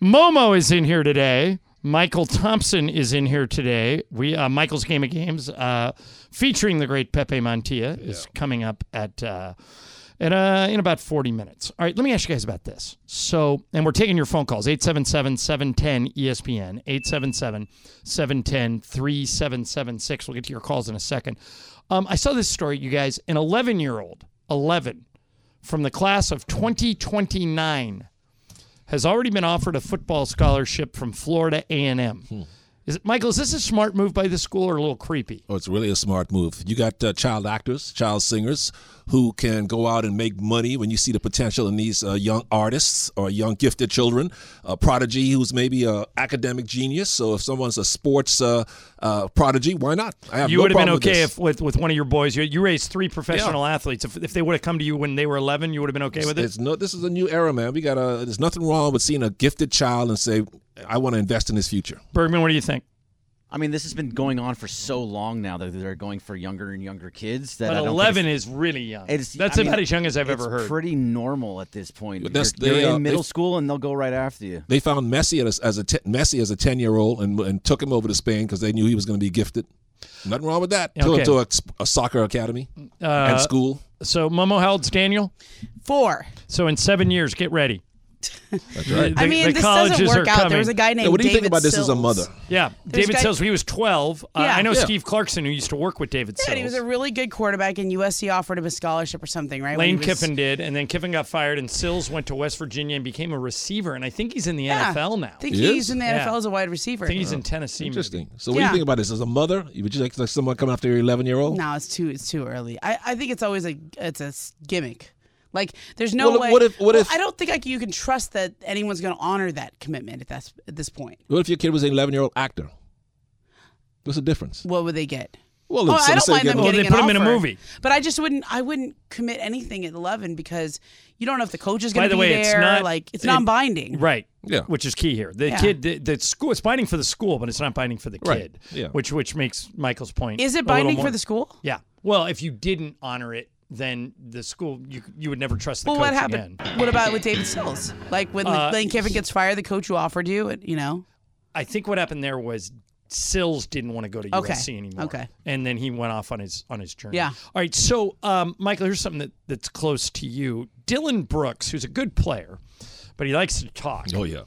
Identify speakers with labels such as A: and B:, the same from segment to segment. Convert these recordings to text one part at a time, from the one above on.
A: Momo is in here today. Michael Thompson is in here today. We uh, Michael's Game of Games, uh, featuring the great Pepe Montilla, is coming up at uh, at uh, in about forty minutes. All right, let me ask you guys about this. So, and we're taking your phone calls 877-710 ESPN 877-710-3776. We'll get to your calls in a second. Um, I saw this story, you guys. An eleven year old, eleven, from the class of twenty twenty nine has already been offered a football scholarship from Florida A&M. Is it, Michael, is this a smart move by the school or a little creepy?
B: Oh, it's really a smart move. You got uh, child actors, child singers who can go out and make money when you see the potential in these uh, young artists or young gifted children. A prodigy who's maybe a academic genius. So if someone's a sports uh, uh, prodigy, why not? I have
A: You
B: no
A: would have been
B: problem with
A: okay
B: this.
A: if with, with one of your boys. You, you raised three professional athletes. If, if they would have come to you when they were 11, you would have been okay with it?
B: It's no, this is a new era, man. We got to There's nothing wrong with seeing a gifted child and say, "I want to invest in his future."
A: Bergman, what do you think?
C: I mean, this has been going on for so long now that they're going for younger and younger kids. That
A: But
C: I don't think
A: 11 is really young.
C: it's-
A: That's
C: I mean,
A: about as young as I've ever
C: it's
A: heard.
C: Pretty normal at this point.
B: But that's-
C: you're,
B: they,
C: you're
B: uh,
C: in middle
B: they-
C: school and they'll go right after you.
B: They found Messi as, as a te- Messi as a ten year old and, and took him over to Spain because they knew he was going to be gifted. Nothing wrong with that. Took
A: Okay.
B: him to a, sp- a soccer academy and school.
A: Uh, so, Momo, how old's Daniel?
D: Four.
A: So, in seven years, get ready.
B: That's right.
D: I
A: The-
D: mean,
A: the
D: this doesn't
A: colleges
D: work
A: are
D: out.
A: coming.
D: There was a guy named
B: Yeah, what do you
D: David
B: think about this
D: Sills.
B: as a mother?
A: Yeah.
D: There's
A: David
D: guy-
A: Sills, he was 12. Uh,
D: Yeah.
A: I know
B: Yeah.
A: Steve Clarkson, who used to work with David
D: Yeah,
A: Sills.
D: and he was a really good quarterback, and USC offered him a scholarship or something, right? when
A: Lane
D: he was-
A: Kiffin did, and then Kiffin got fired, and Sills went to West Virginia and became a receiver, and I think he's in the
D: Yeah.
A: NFL now.
D: I think
B: He
D: he's
B: is? Oh.
D: in the
A: Yeah.
D: NFL as a wide receiver.
A: I think he's in Tennessee. maybe.
B: Interesting. So, what do
D: Yeah.
B: you think about this? As a mother, would you like, like someone coming after your 11 year old?
D: No, it's too it's too early. I, I think it's always a it's a s- gimmick. Like there's no
B: Well,
D: way.
B: what if- what
D: Well,
B: if-
D: I don't think like you can trust that anyone's going to honor that commitment at that at this point.
B: What if your kid was an 11 year old actor? What's the difference?
D: What would they get? Oh,
B: Well, let's-
D: I don't
B: let's say
D: mind
B: again-
D: them
A: Well,
D: getting
A: they
D: an
A: put 'em in a
D: offer,
A: movie.
D: but I just wouldn't. I wouldn't commit anything at eleven because you don't know if the coach is
A: By
D: going
A: the
D: to be
A: way,
D: there.
A: it's not-
D: like it's
A: it-
D: non-binding.
A: Right.
B: Yeah.
A: Which is key here. The
D: Yeah.
A: kid, the, the school, it's binding for the school, but it's not binding for the
B: Right.
A: kid.
B: Yeah.
A: Which which makes Michael's point.
D: Is
A: a
D: it
A: little
D: binding
A: more-
D: for the school?
A: Yeah. Well, if you didn't honor it, then the school you you would never trust the
D: Well,
A: coach
D: what happened?
A: again.
D: What about with David Sills? Like when
A: Uh,
D: Lane Kiffin gets fired, the coach who offered you, it, you know.
A: I think what happened there was Sills didn't want to go to
D: Okay.
A: USC anymore.
D: Okay.
A: And then he went off on his on his journey.
D: Yeah.
A: All right. So, um, Michael, here's something that, that's close to you. Dylan Brooks, who's a good player, but he likes to talk,
B: Oh, yeah.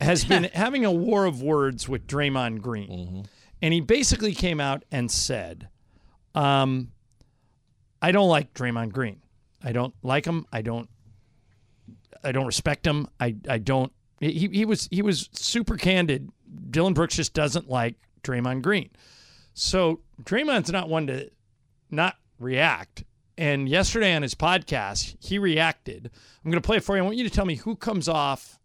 A: has been having a war of words with Draymond Green,
B: Mm-hmm.
A: and he basically came out and said, um, "I don't like Draymond Green. I don't like him. I don't I don't respect him. I I don't. He he was he was super candid. Dylan Brooks just doesn't like Draymond Green. So Draymond's not one to not react. And yesterday on his podcast, he reacted. I'm going to play it for you. I want you to tell me who comes off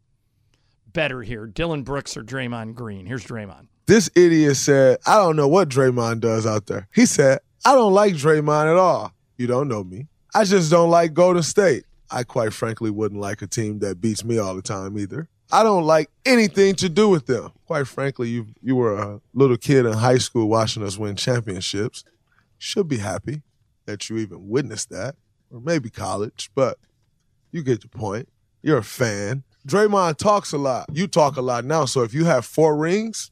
A: better here, Dylan Brooks or Draymond Green. Here's Draymond.
E: This idiot said, I don't know what Draymond does out there. He said, I don't like Draymond at all. You don't know me. I just don't like Golden State. I quite frankly wouldn't like a team that beats me all the time either. I don't like anything to do with them. Quite frankly, you you were a little kid in high school watching us win championships. Should be happy that you even witnessed that, or maybe college, but you get the point. You're a fan. Draymond talks a lot. You talk a lot now, so if you have four rings,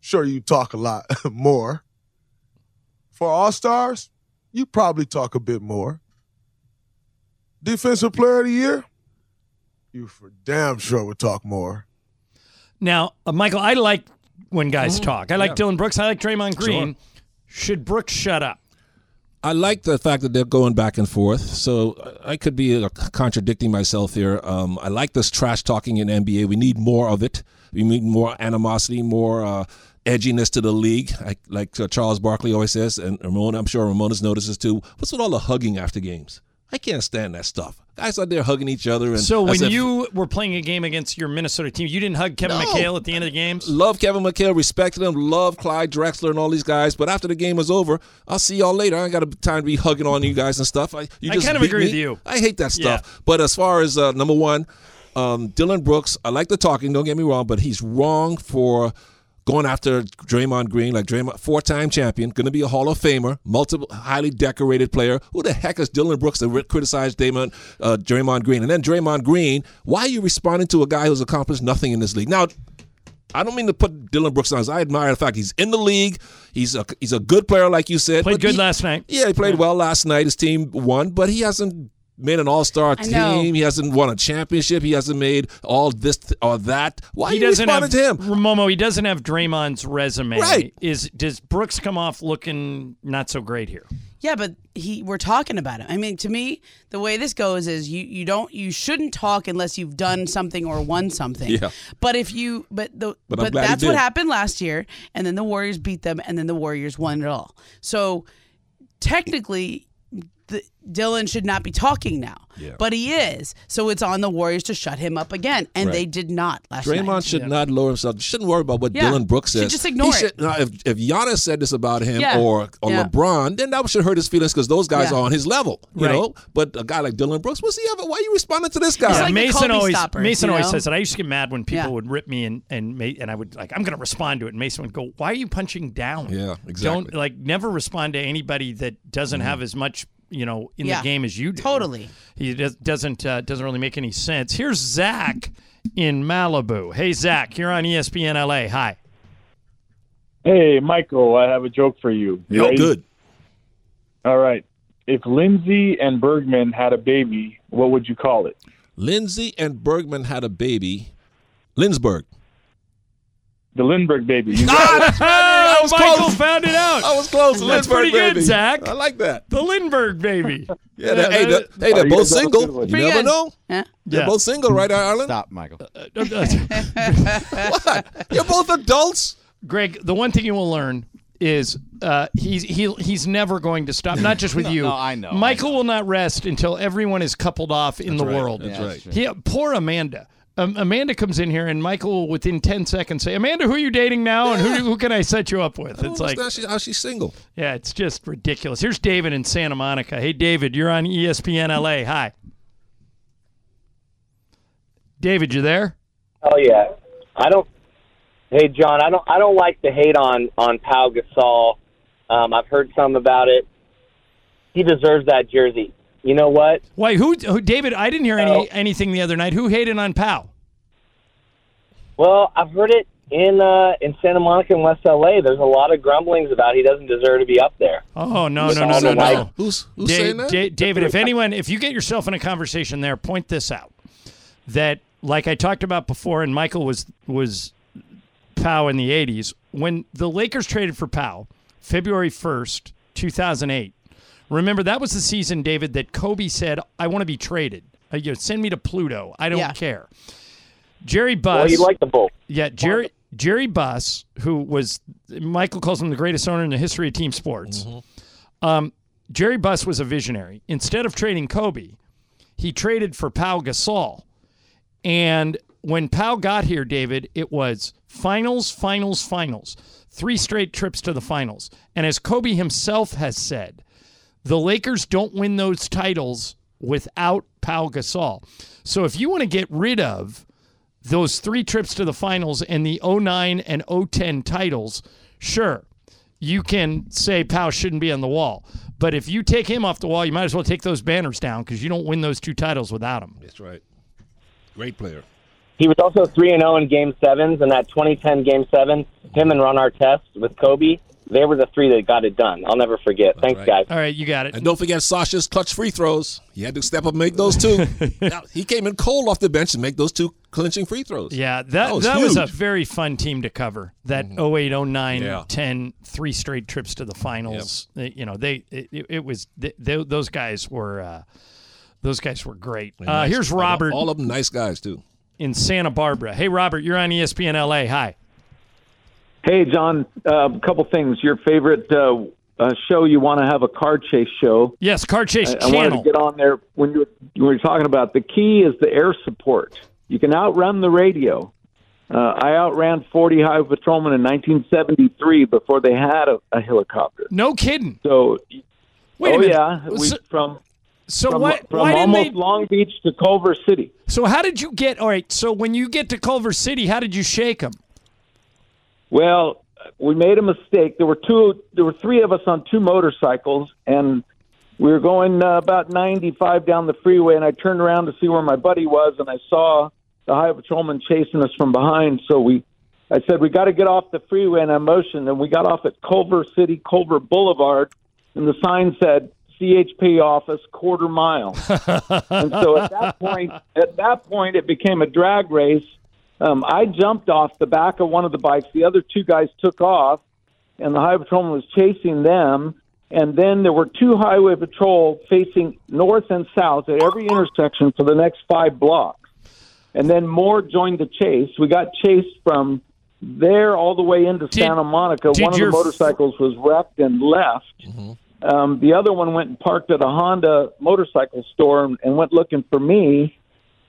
E: sure you talk a lot more. For All Stars, you probably talk a bit more. Defensive Player of the Year, you for damn sure would talk more.
A: Now, uh, Michael, I like when guys talk. I like
B: Yeah.
A: Dylan Brooks. I like Draymond Green. Should Brooks shut up?
B: I like the fact that they're going back and forth. So I could be uh, contradicting myself here. Um, I like this trash talking in NBA. We need more of it. We need more animosity, more uh, edginess to the league, like, like uh, Charles Barkley always says, and Ramon. I'm sure Ramona's notices too. What's with all the hugging after games? I can't stand that stuff. Guys out there hugging each other. And
A: So
B: I
A: when
B: said,
A: you were playing a game against your Minnesota team, you didn't hug Kevin
B: No.
A: McHale at the end of the games.
B: love Kevin McHale, respected him, love Clyde Drexler and all these guys. But after the game was over, I'll see y'all later. I ain't got time to be hugging on you guys and stuff. I, you
A: I
B: just
A: kind of
B: beat
A: agree
B: me.
A: with you.
B: I hate that
A: Yeah.
B: stuff. But as far as uh, number one, um, Dylan Brooks, I like the talking. Don't get me wrong, but he's wrong for going after Draymond Green, like Draymond, four-time champion, going to be a Hall of Famer, multiple highly decorated player. Who the heck is Dylan Brooks to ri- criticize Draymond, uh, Draymond Green? And then Draymond Green, why are you responding to a guy who's accomplished nothing in this league? Now, I don't mean to put Dylan Brooks on. his- I admire the fact he's in the league. He's a he's a good player, like you said.
A: Played
B: but
A: good
B: he-
A: last night.
B: Yeah, he played well last night. His team won, but he hasn't made an All Star
D: I know.
B: team. He hasn't won a championship. He hasn't made all this th- or that. Why are
A: He
B: you
A: doesn't have
B: responding to him?
A: Momo. He doesn't have Draymond's resume.
B: Right.
A: Is does Brooks come off looking not so great here?
D: Yeah, but he we're talking about him. I mean, to me, the way this goes is you you don't you shouldn't talk unless you've done something or won something.
B: Yeah.
D: But if you but the
B: But
D: but,
B: I'm glad he
D: that's what
B: did.
D: happened last year, and then the Warriors beat them, and then the Warriors won it all. So technically. The, Dylan should not be talking now, but he is. So it's on the Warriors to shut him up again, and they did not last night.
B: Draymond should not lower himself. Shouldn't worry about what
D: Yeah.
B: Dylan Brooks says.
D: Should just ignore
B: He
D: it.
B: now, if if Giannis said this about him
D: Yeah.
B: or or
D: Yeah.
B: LeBron, then that should hurt his feelings because those guys
D: Yeah.
B: are on his level, you
A: Right.
B: know. But a guy like Dylan Brooks, what's he ever? Why are you responding to this guy?
D: It's like the
A: Mason
D: Kobe
A: always
D: stopper,
A: Mason
D: you
A: always
D: know?
A: says that. I used to get mad when people
D: Yeah.
A: would rip me and and ma- and I would like I'm going to respond to it. And Mason would go, "Why are you punching down?
B: Yeah, exactly. Mm-hmm.
A: Don't like never respond to anybody that doesn't have as much you know in
D: Yeah.
A: the game as you do.
D: Totally.
A: He does, doesn't uh, doesn't really make any sense. Here's Zach in Malibu. Hey Zach, you're on E ESPN LA. Hi.
F: Hey, Michael, I have a joke for you. You
B: Yo,
F: ready?
B: good.
F: All right. If Lindsay and Bergman had a baby, what would you call it?
B: Lindsay and Bergman had a baby. Lindsberg.
F: The Lindbergh baby. You got
B: Ah,
A: Ah,
B: I was
A: Michael
B: close.
A: found it out.
B: I was close.
A: That's
B: Lindbergh,
A: pretty good,
B: baby.
A: Zach.
B: I like that.
A: The Lindbergh baby.
B: Yeah, they're, hey, they're,
A: that-
B: hey, they're
F: Oh, you
B: both
F: guys have a good
B: single.
F: one.
B: You
D: Pretty
B: never
D: good.
B: know.
D: Yeah.
B: They're both single, right, Ireland?
C: Stop, Michael.
A: Uh,
B: You're both adults.
A: Greg, the one thing you will learn is uh, he's he, he's never going to stop. Not just with you.
C: no, I know, I
A: Michael will not rest until everyone is coupled off in the world.
B: That's right.
A: He, poor Amanda. Um, Amanda comes in here, and Michael will, within ten seconds, say, "Amanda, who are you dating now, and who, who can I set you up with?" It's like,
B: Understand she- how she's single.
A: yeah, it's just ridiculous. Here's David in Santa Monica. Hey, David, you're on E ESPN LA. Hi, David, you there?
G: Hell yeah. I don't. Hey John, I don't. I don't like to hate on on Pau Gasol. Um, I've heard some about it. He deserves that jersey. You know what?
A: Why? Who? who David? I didn't hear
G: No.
A: any anything the other night. Who hated on Powell?
G: Well, I've heard it in uh, in Santa Monica and West LA. There's a lot of grumblings about he doesn't deserve to be up there.
A: Oh no
G: Who's
A: no no
G: on
A: no
G: the
A: no!
G: mic?
B: Who's, who's
A: Da-
B: saying that?
A: Da- David, if anyone, if you get yourself in a conversation there, point this out. That, like I talked about before, and Michael was was Powell in the '80s when the Lakers traded for Powell, February 1st, 2008. Remember that was the season, David, that Kobe said, "I want to be traded. Uh, you know, send me to Pluto. I don't
D: Yeah.
A: care." Jerry Buss.
G: Well, you like the Bulls.
A: Yeah, Jerry Jerry Buss, who was Michael calls him the greatest owner in the history of team sports. Um, Jerry Buss was a visionary. Instead of trading Kobe, he traded for Pau Gasol. And when Pau got here, David, it was finals, finals, finals, three straight trips to the finals. And as Kobe himself has said, the Lakers don't win those titles without Pau Gasol. So if you want to get rid of those three trips to the finals and the 09 and 010 titles, sure, you can say Powell shouldn't be on the wall. But if you take him off the wall, you might as well take those banners down because you don't win those two titles without him.
B: That's right. Great player.
G: He was also three and zero in Game Sevens, and that 2010 Game Seven, him and Ron Artest with Kobe, they were the three that got it done. I'll never forget. Thanks,
B: right.
G: guys.
A: All right, you got it.
B: And don't forget Sasha's clutch free throws. He had to step up and make those two. Now, he came in cold off the bench and make those two clinching free throws.
A: Yeah, that
B: That
A: that,
B: was
A: was, a
B: huge. Mm-hmm.
A: very fun team to cover. That 08, 09,
B: Yeah.
A: 10, three straight trips to the finals. They- You know, they it, it- it was they, they- those guys were uh, those guys were great. Uh, here's Robert
B: All of them nice guys, too.
A: in Santa Barbara. Hey, Robert, you're on E ESPN LA. Hi.
H: Hey, John, a couple things. Your favorite uh, uh, show you want to have a car chase show.
A: Yes, car chase
H: I, I wanted
A: channel.
H: to get on there when you were, you were talking about the key is the air support. You can outrun the radio. Uh, I outran 40 highway patrolmen in 1973 before they had a, a helicopter.
A: No kidding.
H: So,
A: Wait a
H: oh
A: minute.
H: yeah, we,
A: So-
H: from
A: So
H: from,
A: why-
H: from
A: why didn't
H: almost
A: they-
H: Long Beach to Culver City.
A: So how did you get? All right. So when you get to Culver City, how did you shake them?
H: Well, we made a mistake. There were two. There were three of us on two motorcycles, and we were going uh, about 95 down the freeway. And I turned around to see where my buddy was, and I saw the highway patrolman chasing us from behind. So we, I said, we got to get off the freeway, and I motioned, and we got off at Culver City, Culver Boulevard, and the sign said CHP office, quarter mile. and so at that point, at that point, it became a drag race. Um, I jumped off the back of one of the bikes. The other two guys took off, and the highway patrolman was chasing them. And then there were two highway patrol facing north and south at every intersection for the next five blocks. And then more joined the chase. We got chased from there all the way into Santa Monica.
I: did
H: One of
I: your- Mm-hmm.
H: the motorcycles was wrecked and left. Um, the other one went and parked at a Honda motorcycle store and, and went looking for me.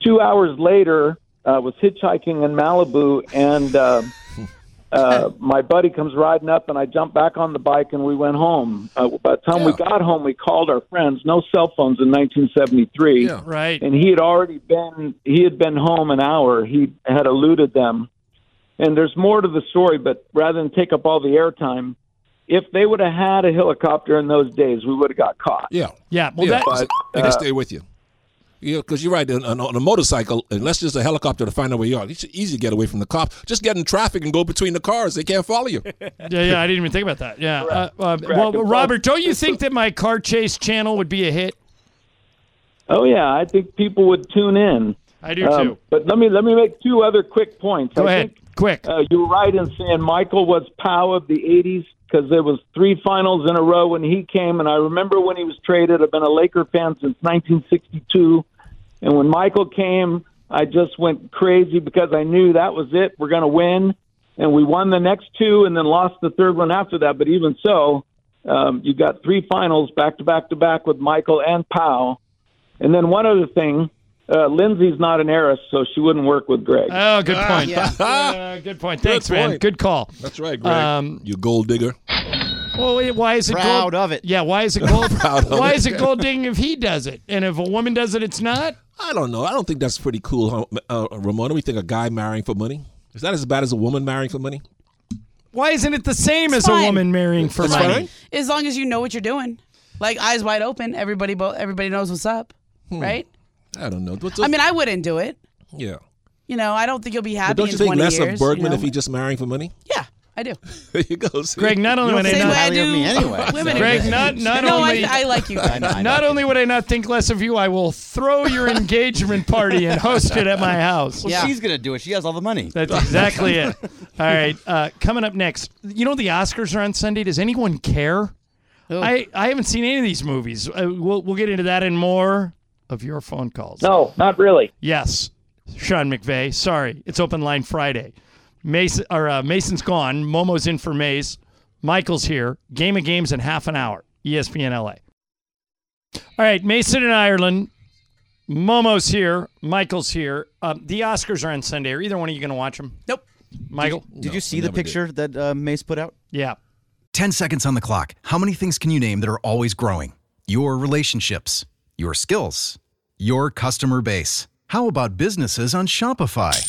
H: Two hours later, uh, was hitchhiking in Malibu, and uh, uh, my buddy comes riding up, and I jumped back on the bike, and we went home. Uh, by the time we got home, we called our friends. No cell phones in 1973,
A: Right.
H: and he had already been he had been home an hour. He had eluded them, and there's more to the story. But rather than take up all the airtime, if they would have had a helicopter in those days, we would have got caught.
B: Yeah.
A: Yeah.
B: but, they
A: uh,
B: can stay with you. Yeah, because you're right. On, on- on a motorcycle, unless there's a helicopter to find out where you are, it's easy to get away from the cops. Just get in traffic and go between the cars. They can't follow you.
A: Yeah, yeah. I didn't even think about that. Yeah. Uh, uh,
B: Correct.
A: well,
B: Well-
A: Robert, don't you think that my car chase channel would be a hit?
H: Oh yeah, I think people would tune in. Um,
A: I do, too.
H: But let me let me make two other quick points.
A: Go
H: I
A: ahead,
H: think,
A: quick.
H: Uh, you were right in saying Michael was POW of the '80s because there was three finals in a row when he came, and I remember when he was traded. I've been a Laker fan since 1962, and when Michael came, I just went crazy because I knew that was it. We're going to win, and we won the next two, and then lost the third one after that. But even so, um, you got three finals back to back to back with Michael and POW. And then one other thing, uh, Lindsay's not an heiress, so she wouldn't work with Greg.
A: Oh, good point.
B: Ah, yeah.
A: Uh, good point. Thanks, man.
B: point.
A: Good call.
B: That's right, Greg.
A: Um,
B: you gold digger.
A: Well, wait, why is it
C: Proud
A: gold? of it? Yeah. Why is it gold?
B: Proud of
A: why
B: it.
A: is it gold digging if he does it, and if a woman does it, it's not?
B: I don't know. I don't think that's pretty cool, huh, uh, Ramona. We think a guy marrying for money is that as bad as a woman marrying for money?
A: Why isn't it the same as
D: fine.
A: a woman marrying for
B: It's
A: money?
B: fine.
D: As long as you know what you're doing, like eyes wide open, everybody bo- everybody knows what's up, right?
B: I Hmm. don't know. What's
D: I mean, I wouldn't do it.
B: yeah.
D: You know, I don't think you'll be
B: But
D: happy
B: don't
D: in
B: you think
D: 20
B: less
D: years.
B: of Bergman
D: you know?
B: if he just marrying for money?
D: Yeah, I do.
B: There you go. see?
A: Greg, not only would I
D: Same way I
A: not,
D: do
C: me anyway,
D: women.
C: so-
A: Greg, not not
D: no,
A: only
D: I, I like you.
C: I know, I know.
A: not only would I not think less of you, I will throw your engagement party and host it at my house.
C: Well,
D: Yeah.
C: she's gonna do it. She has all the money.
A: That's exactly it. All right, uh, coming up next, you know the Oscars are on Sunday. Does anyone care? I, I haven't seen any of these movies. Uh, we'll we'll get into that and more of your phone calls.
H: No, not really.
A: Yes, Sean McVay. Sorry, it's open line Friday. Mason or uh, Mason's gone. Momo's in for Mace. Michael's here. Game of games in half an hour. E ESPN LA. All right, Mason in Ireland. Momo's here. Michael's here. Um, the Oscars are on Sunday. Are either one of you going to watch them?
D: Nope.
A: Michael.
C: Did you see the picture that uh, Mace put out?
A: Yeah.
J: 10 seconds on the clock. How many things can you name that are always growing? Your relationships, your skills, your customer base. How about businesses on Shopify?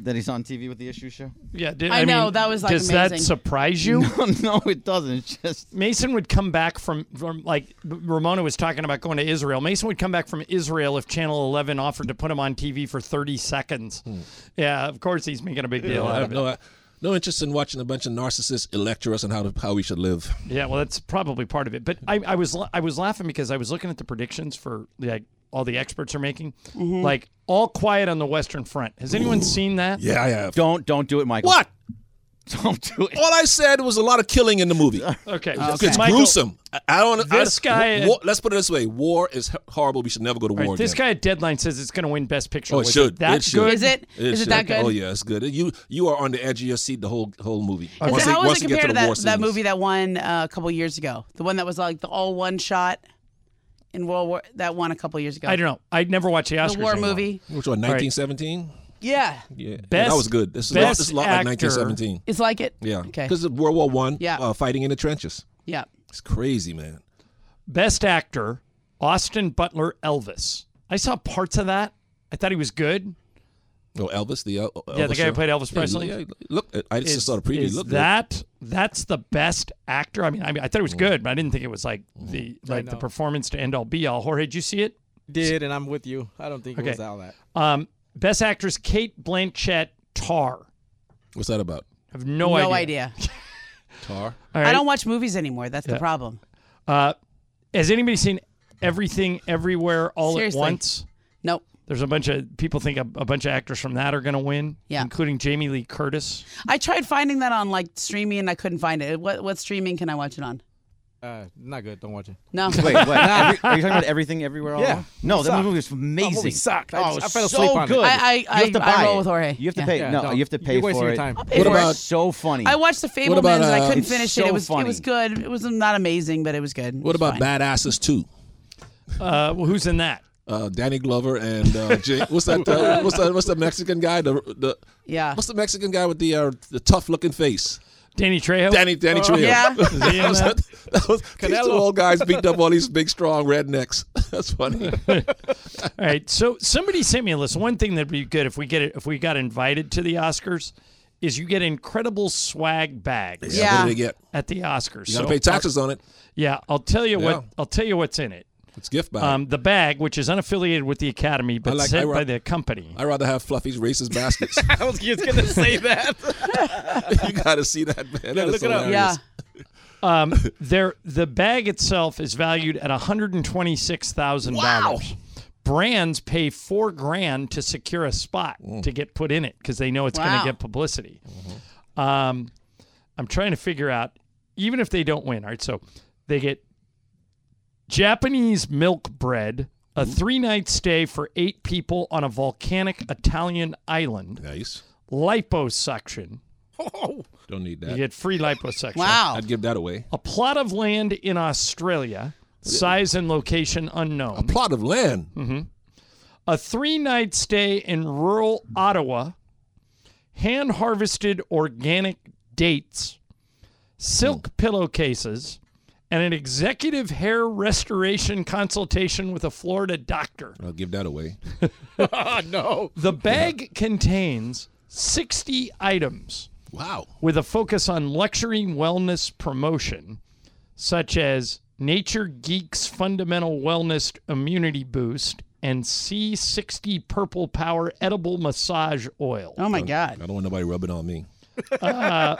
C: That he's on TV with the issue show.
A: Yeah, did,
D: I know, that was, like,
A: Does that
D: amazing.
A: surprise you?
C: No, no, it doesn't. It's just
A: Mason would come back from, from like Ramona was talking about going to Israel. Mason would come back from Israel if Channel 11 offered to put him on TV for 30 seconds. Yeah, of course he's making a big
B: You
A: deal
B: know, Hmm. I
A: out
B: have
A: of it.
B: no, no interest in watching a bunch of narcissists lecture us on how to, how we should live.
A: Yeah, well, that's probably part of it. But I, I was la- I was laughing because I was looking at the predictions for like all the experts are making,
D: Mm-hmm.
A: like all quiet on the Western Front. Has anyone seen that?
B: Yeah, I have.
C: don't don't do it, Michael.
B: What?
C: Don't do it.
B: All I said was a lot of killing in the movie.
A: Okay,
B: It's
A: Michael,
B: gruesome. I- I don't.
A: This
B: I,
A: guy-
B: War, let's put it this way: war is h- horrible. We should never go to
A: all
B: war
A: right, this
B: again.
A: guy at Deadline says it's going to win Best Picture.
B: Oh, it
A: Was
B: should.
A: That
B: It should.
A: good?
D: Is it? Is it that
B: should.
D: good?
B: Oh yeah, it's good. You you are on the edge of your seat the whole whole movie.
D: Is
B: Once
D: it,
B: they-
D: how
B: once
D: was it
B: you get
D: compared
B: to
D: to
B: the war
D: that, that
B: scenes.
D: movie that won uh, a couple years ago? The one that was like the all one shot in World War that won a couple years ago.
A: I don't know. I never watched the Oscars.
D: The war
A: anymore.
D: movie.
B: Which one? Nineteen seventeen.
D: Yeah.
B: Yeah,
A: Best-
B: that was good. This is
A: best
B: this is a lot
A: actor.
B: like nineteen seventeen.
D: It's like it.
B: Yeah,
D: Okay.
B: Because of World War One.
D: Yeah.
B: uh, fighting in the trenches.
D: Yeah.
B: It's crazy, man.
A: Best Actor, Austin Butler, Elvis. I saw parts of that. I thought he was good.
B: Oh, Elvis, the El-
A: yeah,
B: Elvis
A: the guy who
B: show.
A: played Elvis
B: Yeah,
A: Presley.
B: yeah, look, I just
A: is-
B: saw the preview.
A: is
B: look,
A: that that's the best actor? I mean, I mean, I thought it
B: Mm.
A: was good, but I didn't think it was like the like the
I: know.
A: performance to end all be all. Jorge, did you see it?
I: Did and I'm with you. I don't think
A: Okay.
I: it was all that.
A: Um, best actress Kate Blanchett, Tar.
B: what's that about?
A: I have no,
D: no
A: idea.
D: idea.
B: Tar.
A: All right.
D: I don't watch movies anymore. That's the problem.
A: Uh, has anybody seen Everything, Everywhere, All
D: Seriously.
A: at Once?
D: Nope.
A: There's a bunch of people think a, a bunch of actors from that are going to win,
D: Yeah.
A: including Jamie Lee Curtis.
D: I tried finding that on like streaming and I couldn't find it. What what streaming can I watch it on?
I: Uh, not good. Don't watch it.
D: No.
C: Wait, what? Every- are you talking about everything, everywhere, all?
I: Yeah.
C: at once? No, that
I: Sucked.
C: movie was amazing.
I: movie sucked. I
C: Oh, it
I: just-
C: was
I: I fell
C: so
I: asleep on it.
C: good.
D: I- I-
C: you have to
D: I- I
C: buy
D: roll
C: it.
D: with Jorge.
C: You have to
D: Yeah.
C: pay.
I: Yeah,
C: no,
I: don't.
C: you have to
I: You're
C: pay for
I: wasting your
C: it.
I: time. I'll
D: pay
C: It
D: for
C: was
B: it.
C: so funny.
D: I watched the Fablemans.
B: about,
D: I
B: uh,
D: couldn't
C: it's
D: finish it.
C: so
D: It was it was
C: funny.
D: good. It was not amazing, but it was good. It was
B: What about
D: fine.
B: Badasses Two?
A: Uh, well, who's in that?
B: Uh, Danny Glover and uh, Jay, what's that? Uh, what's that? What's the Mexican guy? The the
D: Yeah.
B: what's the Mexican guy with the uh, the tough looking face?
A: Danny Trejo.
B: Danny Danny Trejo.
D: Oh. yeah. Is
A: he in
B: That was-
A: that?
B: that was- these two old guys beat up all these big strong rednecks. That's funny.
A: All right. So somebody sent me a list. One thing that'd be good if we get it, if we got invited to the Oscars, is you get incredible swag bags
D: Yeah.
B: What did they get?
A: at the Oscars.
B: You
A: So
B: gotta pay taxes on it.
A: yeah, I'll tell you what.
B: Yeah.
A: I'll tell you what's in it.
B: It's gift bag.
A: Um, the bag, which is unaffiliated with the Academy, but
B: like- I
A: sent
B: ro-
A: by the company.
B: I'd rather have Fluffy's racist baskets.
I: I was just gonna say that.
B: you gotta see that man. That is
I: look it up.
D: Yeah.
B: hilarious.
A: Um, there, the bag itself is valued at one hundred and twenty-six thousand dollars. Brands pay four grand to secure a spot to get put in it because they know it's going
D: Wow.
A: to get publicity. Um, I'm trying to figure out, even if they don't win. All right, so they get Japanese milk bread, a three-night stay for eight people on a volcanic Italian island,
B: Nice.
A: liposuction.
B: Don't need
A: You
B: that.
A: get free liposuction.
D: Wow.
B: I'd give that away.
A: A plot of land in Australia, size and location
B: A
A: unknown. Mm-hmm.
B: plot of land.
A: A three night stay in rural Ottawa, hand harvested organic dates, silk
B: Hmm.
A: pillowcases, and an executive hair restoration consultation with a Florida doctor.
B: I'll give that away.
A: The bag contains 60 items.
B: Wow.
A: with a focus on luxury and wellness promotion, such as Nature Geek's Fundamental Wellness Immunity Boost and C60 Purple Power Edible Massage Oil.
D: Oh my
B: I
D: god.
B: don't want nobody rubbing on me. So I
A: Uh,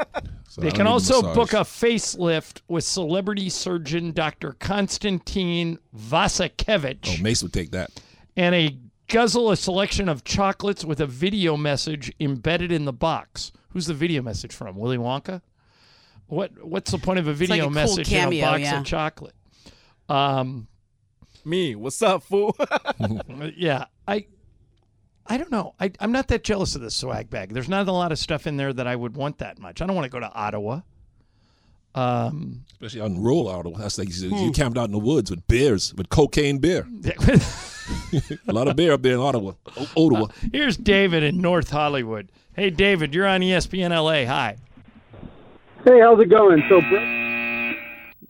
A: they
B: don't
A: can
B: need
A: also
B: massage.
A: book a facelift with celebrity surgeon Dr. Konstantin Vasakevich
B: Oh, Mace would take that.
A: and a guzzle a selection of chocolates with a video message embedded in the box. Who's the video message from? Willy Wonka? What what's the point of a
D: like
A: video
D: a cool
A: message
D: cameo,
A: in a box
D: yeah.
A: of chocolate? Um,
I: Me, what's up, fool?
A: yeah, I I don't know. I, I'm not that jealous of the swag bag. There's not a lot of stuff in there that I would want that much. I don't want to go to Ottawa. Um, Hmm.
B: Especially on rural Ottawa. That's like you, you camped out in the woods with bears, with cocaine beer.
A: yeah, Uh,
B: a lot of beer up there in Ottawa. O- Ottawa.
A: Here's David in North Hollywood. Hey, David, you're on E ESPN LA. Hi.
K: Hey, how's it going? So, Brett,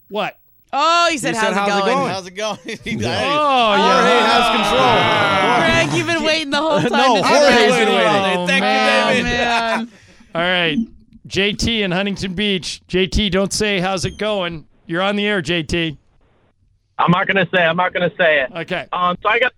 A: What?
D: Oh, he said,
K: said,
D: how's,
K: "How's it
D: it going?
K: going?"
D: How's
K: it going?
A: Oh, yeah.
D: Jorge
K: has
D: control. Greg, you've been waiting the whole time. to say that.
A: Oh, man. All right. JT in Huntington Beach. JT, don't say how's it going. You're on the air, JT.
L: I'm not gonna say. I'm not gonna say it.
A: Okay.
L: Um. So I got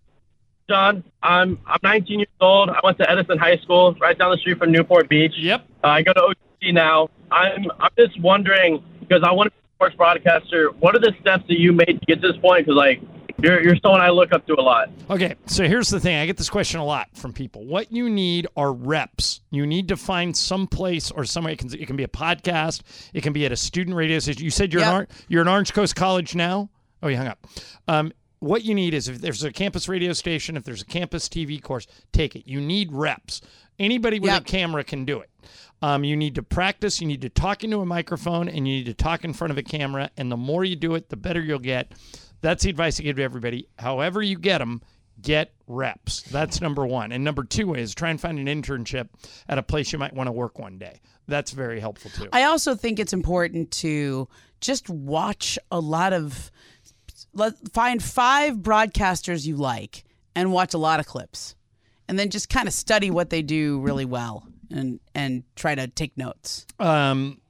L: John. I'm I'm 19 years old. I went to Edison High School, right down the street from Newport Beach.
A: Yep.
L: Uh, I go to OTC now. I'm I'm just wondering because I want to be a sports broadcaster. What are the steps that you made to get to this point? Because like you're you're someone I look up to a lot.
A: Okay, so here's the thing. I get this question a lot from people. What you need are reps. You need to find some place or somewhere. It can, it can be a podcast. It can be at a student radio station. You said you're
M: Yep.
A: an Ar- you're an Orange Coast College now. Oh, you hung up. Um, what you need is if there's a campus radio station, if there's a campus TV course, take it. You need reps. Anybody with a camera can do it. Um, you need to practice. You need to talk into a microphone, and you need to talk in front of a camera. And the more you do it, the better you'll get. That's the advice I give to everybody. However you get them, get reps. That's number one. And number two is try and find an internship at a place you might want to work one day. That's very helpful too.
D: I also think it's important to just watch a lot of let, find five broadcasters you like and watch a lot of clips and then just kind of study what they do really well and and try to take notes.
A: Um,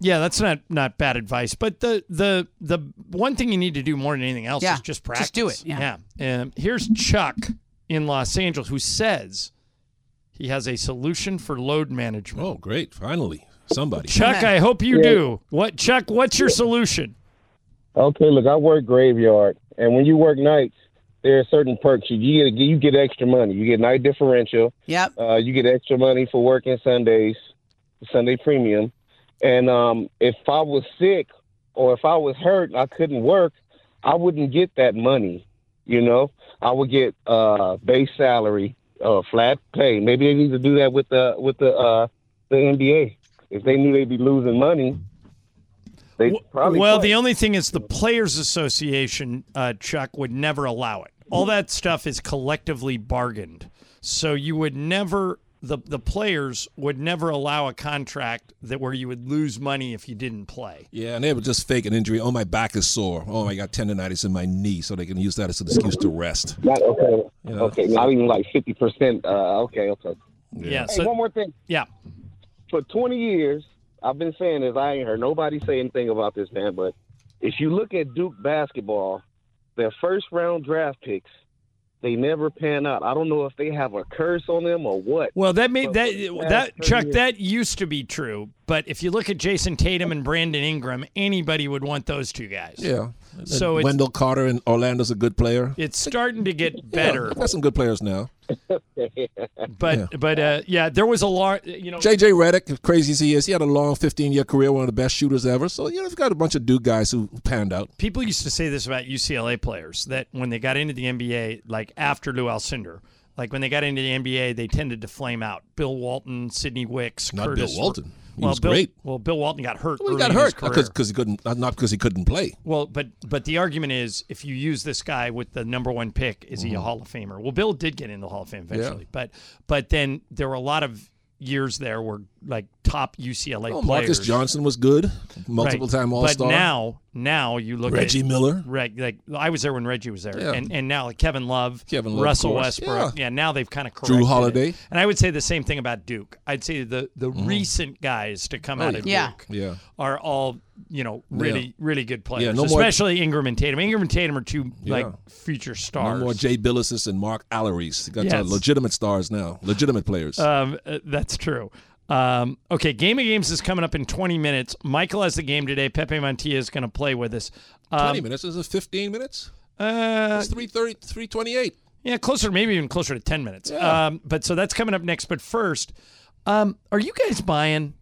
A: yeah, that's not not bad advice. But the the the one thing you need to do more than anything else
D: Yeah,
A: is just practice.
D: just do it, yeah.
A: Um, here's Chuck in Los Angeles who says he has a solution for load management.
B: Oh, great! Finally, somebody.
A: Chuck, I hope you
N: Yeah.
A: do. What, Chuck? What's your solution?
N: Okay, look, I work graveyard, and when you work nights, there are certain perks. You, you get you get extra money. You get night differential.
D: Yep.
N: Uh, you get extra money for working Sundays, Sunday premium. And um, if I was sick or if I was hurt and I couldn't work, I wouldn't get that money. You know, I would get uh, base salary, uh, flat pay. Maybe they need to do that with the with the uh, the NBA. If they knew they'd be losing money, they probably
A: well,
N: would.
A: the only thing is the Players Association, uh, Chuck, would never allow it.
N: Mm-hmm.
A: All that stuff is collectively bargained. So you would never the the players would never allow a contract that where you would lose money if you didn't play.
B: Yeah, and they would just fake an injury. Oh, my back is sore. Oh, I got tendonitis in my knee, so they can use that as an excuse to rest.
N: Not okay.
B: Yeah.
N: Okay, not even like fifty percent. Uh, okay, okay.
A: Yeah,
N: Hey,
A: so-
N: one more thing.
A: Yeah.
N: For twenty years, I've been saying this. I ain't heard nobody say anything about this, man. But if you look at Duke basketball, their first round draft picks, they never pan out. I don't know if they have a curse on them or what.
A: Well, that made
N: But
A: that
N: for the past
A: that
N: 30
A: Chuck
N: years-
A: that used to be true, but if you look at Jason Tatum and Brandon Ingram, anybody would want those two guys.
B: Yeah.
A: So it's
B: Wendell Carter in Orlando's a good player.
A: it's starting to get better.
B: Yeah, got some good players now.
A: But but uh, yeah, there was a lot. You know,
B: JJ Redick, as crazy as he is, he had a long 15 year career, one of the best shooters ever. So, you know, you've got a bunch of dude guys who panned out.
A: people used to say this about UCLA players that when they got into the NBA, like after Lou Alcindor, like when they got into the NBA, they tended to flame out. Bill Walton, Sidney Wicks,
B: Not Bill
A: Curtis
B: Walton. He
A: well,
B: was
A: Bill,
B: great.
A: Well, Bill Walton got hurt.
B: Well, he
A: early
B: got
A: in his
B: hurt
A: career.
B: because he couldn't, not because he couldn't play.
A: Well, but but the argument is if you use this guy with the number one pick, is he a
B: Mhm.
A: Hall of Famer? Well, Bill did get into the Hall of Fame
B: Yeah.
A: eventually, but but then there were a lot of years there where like top UCLA
B: Oh,
A: players.
B: Marcus Johnson was good, multiple
A: Right.
B: time All Star.
A: But now, now you look
B: Reggie
A: at
B: Miller.
A: Right, like I was there when Reggie was there,
B: Yeah.
A: and and now like Kevin Love,
B: Kevin Love,
A: Russell
B: of course.
A: Westbrook. Yeah. now they've kind of
B: Drew Holiday. Mm-hmm.
A: and I would say the same thing about Duke. I'd say the the recent guys to come
B: Oh,
A: out
B: yeah.
A: of
B: Yeah.
A: Duke
B: Yeah.
A: are all you know really
B: Yeah.
A: really good players,
B: Yeah, no more-
A: especially Ingram and Tatum. Ingram and Tatum are two
B: Yeah.
A: like future
B: No
A: stars.
B: more Jay Billises and Mark Allery's. You got
A: Yes.
B: legitimate stars now, legitimate players.
A: Um, uh, that's true. Um, okay, Game of Games is coming up in 20 minutes. Michael has the game today. Pepe Montilla is going to play with us. Um,
B: 20 minutes? Is it 15 minutes?
A: Uh,
B: it's 330, 328.
A: Yeah, closer, maybe even closer to 10 minutes.
B: Yeah.
A: Um, but so that's coming up next. But first, um, are you guys buying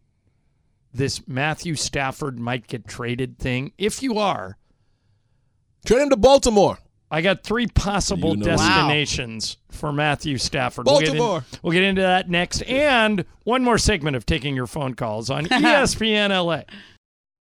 A: this Matthew Stafford might get traded thing? If you are,
B: trade him to Baltimore.
A: I got three possible
B: You know it. Wow.
A: destinations for Matthew Stafford. We'll
B: Baltimore.
A: get, in- we'll get into that E next. And one more segment of taking your phone calls on ESPN LA.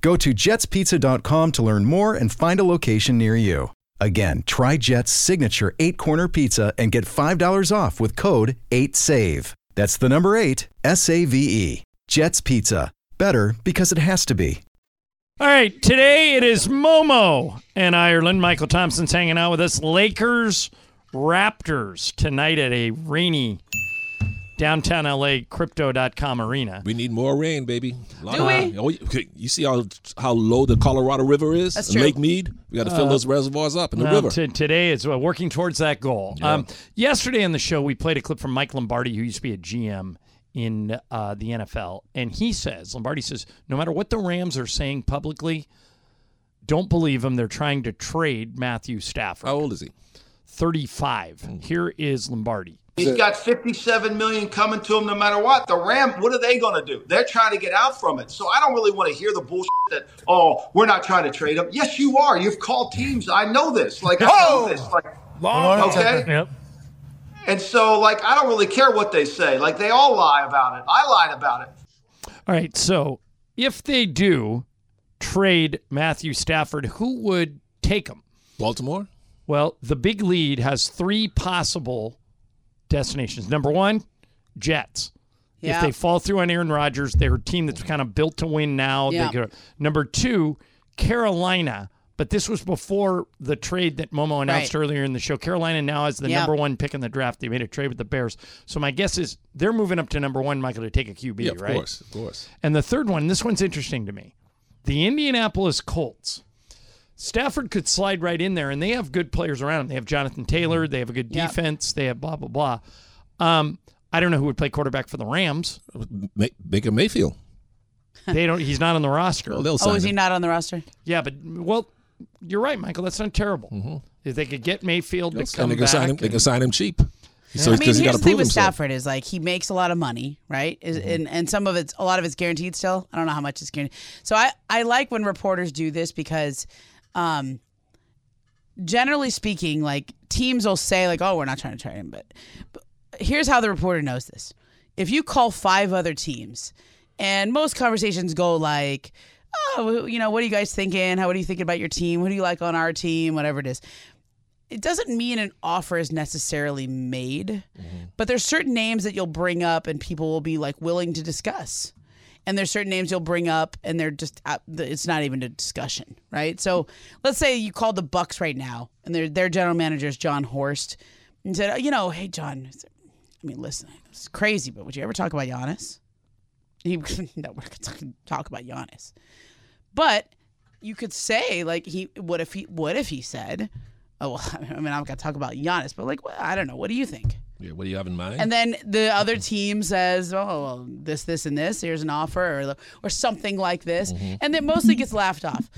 J: Go to jetspizza.com to learn more and find a location near you. Again, try Jet's signature eight corner pizza and get $5 off with code 8SAVE. That's the number eight, S A V E. Jet's Pizza. Better because it has to be.
A: All right, today it is Momo and Ireland. Michael Thompson's hanging out with us. Lakers Raptors tonight at a rainy downtown LA crypto.com arena.
B: We need more rain, baby. A lot
A: Do
B: of-
A: we?
B: Oh, you- okay, you see how how low the Colorado River is?
A: That's true.
B: Lake Mead. We got to fill
A: Uh,
B: those reservoirs up in the
A: Well,
B: river.
A: to- today is uh, working towards that goal. Um, yesterday on the show, we played a clip from Mike Lombardi, who used to be a GM in uh, the NFL, and he says Lombardi says no matter what the Rams are saying publicly, don't believe them. They're trying to trade Matthew Stafford. How
B: old is he? Hmm.
A: Thirty-five. Here is Lombardi.
O: He's got 57 million coming to him no matter what. The Ram, what are they going to do? They're trying to get out from it. So I don't really want to hear the bullshit that, oh, we're not trying to trade him. Yes, you are. You've called teams. I know this. Like, I know this. Like, okay.
A: Yep.
O: And so, like, I don't really care what they say. Like, they all lie about it. I lied about it.
A: All right. So if they do trade Matthew Stafford, who would take him?
B: Baltimore?
A: Well, the big lead has three possible destinations. Number one, Jets.
D: Yeah.
A: If they fall through on Aaron Rodgers, they're a team that's kind of built to win now. They
D: Yeah.
A: could- number two, Carolina. But this was before the trade that Momo announced
D: Right.
A: earlier in the show. Carolina now is the
D: Yeah.
A: number one pick in the draft. They made a trade with the Bears. So my guess is they're moving up to number one, Michael, to take a QB,
B: yeah, of
A: right?
B: course, of course.
A: And the third one, this one's interesting to me. The Indianapolis Colts. Stafford could slide right in there, and they have good players around him. They have Jonathan Taylor. They have a good
B: Yeah.
A: defense. They have blah, blah, blah. Um, I don't know who would play quarterback for the Rams.
B: Ma- Baker Mayfield.
A: They don't. He's not on the roster.
B: Well, they'll
D: Oh, is he not on the roster?
A: Yeah, but well, you're right, Michael. That's not terrible. If they could get Mayfield to come
B: and they can
A: back,
B: Mm-hmm. sign him. They can
A: and-
B: sign him cheap.
D: I
B: So
D: mean, here's
B: because he
D: the
B: got to
D: thing
B: prove
D: with
B: himself. Mm-hmm.
D: Stafford is like he makes a lot of money, right? Is, and and some of it's a lot of it's guaranteed still. I don't know how much is guaranteed. So I I like when reporters do this because, um, generally speaking, like teams will say like, oh, we're not trying to trade him, but, but here's how the reporter knows this: if you call five other teams, and most conversations go like. Oh, you know, what are you guys thinking? How what are you thinking about your team? What do you like on our team? Whatever it is it doesn't mean an offer is necessarily made, but there's certain names that you'll bring up and people will be like willing to discuss. And there's certain names you'll bring up and they're just out, it's not even a discussion, right? So let's say you called the Bucks right now and their their general manager is John Horst and said, oh, you know, hey John, I mean, listen, it's crazy, but would you ever talk about Giannis? He no, we're not gonna talk about Giannis, but you could say like he. What if he? What if he said, "Oh well, I mean, I'm gonna talk about Giannis, but like, well, I don't know. What do you think?"
B: Yeah, what do you have in mind?
D: And then the other team says, "Oh, well, this, this, and this. Here's an offer, or or something like this," and it mostly gets laughed off.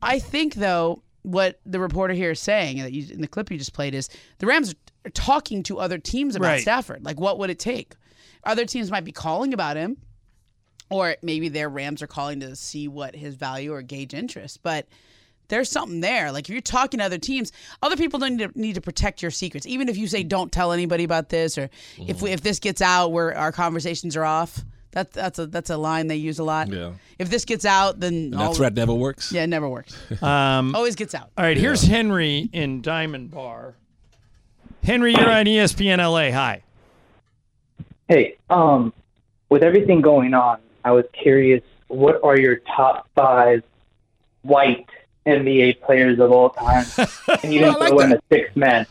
D: I think though, what the reporter here is saying that you, in the clip you just played is the Rams are talking to other teams about
P: Right.
D: Stafford. Like, what would it take? Other teams might be calling about him, or maybe their Rams are calling to see what his value or gauge interest, but there's something there. Like if you're talking to other teams, other people don't need to, need to protect your secrets. Even if you say don't tell anybody about this, or if we, if this gets out, where our conversations are off. That, that's a that's a line they use a lot.
B: Yeah.
D: If this gets out, then
B: And that threat never works.
D: Yeah, it never works.
A: Um,
D: Always gets out.
A: All right, here's Henry in Diamond Bar. Henry, you're on E ESPN LA. Hi.
P: Hey, um, with everything going on, I was curious. What are your top five white NBA players of all time, and you didn't throw in a six man.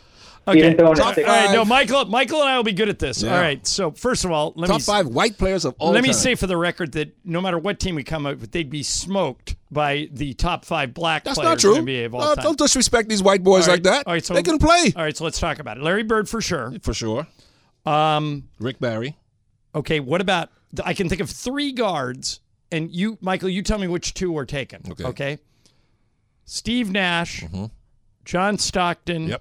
P: You didn't throw in a
A: Top-
P: six.
A: all right, no, Michael. Michael and I will be good at this.
B: Yeah.
A: All right. So first of all, let
B: Top
A: me s-
B: five white players of all
A: Let me
B: time.
A: say for the record that no matter what team we come up with, they'd be smoked by the top five black
B: That's
A: players
B: not true.
A: in NBA of all
B: Uh,
A: time.
B: don't disrespect these white boys
A: All right,
B: like that.
A: all right, so-
B: they can play.
A: All right, so let's talk about it. Larry Bird for sure.
B: For sure.
A: Um,
B: Rick Barry.
A: Okay, what about I can think of three guards, and you, Michael, you tell me which two were taken. Okay. Steve Nash,
B: Mm-hmm.
A: John Stockton,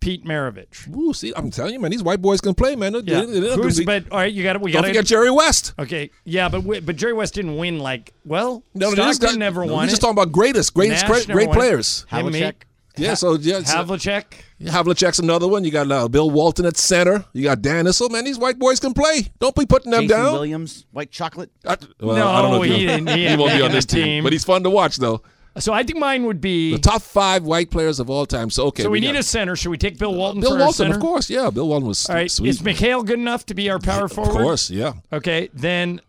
A: Pete Maravich.
B: Ooh, see, I'm telling you, man, these white boys can play, man. They-
A: Yeah.
B: they- they- they-
A: Who's,
B: they-
A: but all right, you got to we
B: Don't
A: gotta-
B: forget Jerry West.
A: Okay, yeah, but we, but Jerry West didn't win. Like, well,
B: No, no,
A: Stockton
B: this guy-
A: never
B: no,
A: won.
B: We're just
A: it.
B: talking about greatest, greatest,
A: Nash
B: great,
A: never
B: great
A: won it.
B: players.
A: Him, me.
B: Yeah, so yeah, it's-
A: Havlicek.
B: Havlicek's another one. You got uh, Bill Walton at center. You got Dan Issel. Man, these white boys can play. Don't be putting them
C: Jason
B: down.
C: Williams, white chocolate.
B: Well,
A: No,
B: I don't know if
A: he
B: he'll-
A: didn't- he
B: he
A: ain't
B: won't be on
A: making
B: this
A: the
B: team,
A: team.
B: but he's fun to watch though.
A: So I think mine would be
B: The top five white players of all time. So okay,
A: so we,
B: got- Uh,
A: need a center. Should we take Bill Walton?
B: Bill
A: for our
B: Walton,
A: center?
B: of course. Yeah, Bill Walton was
A: All right,
B: sweet.
A: is McHale good enough to be our power forward?
B: of course, yeah.
A: Okay, then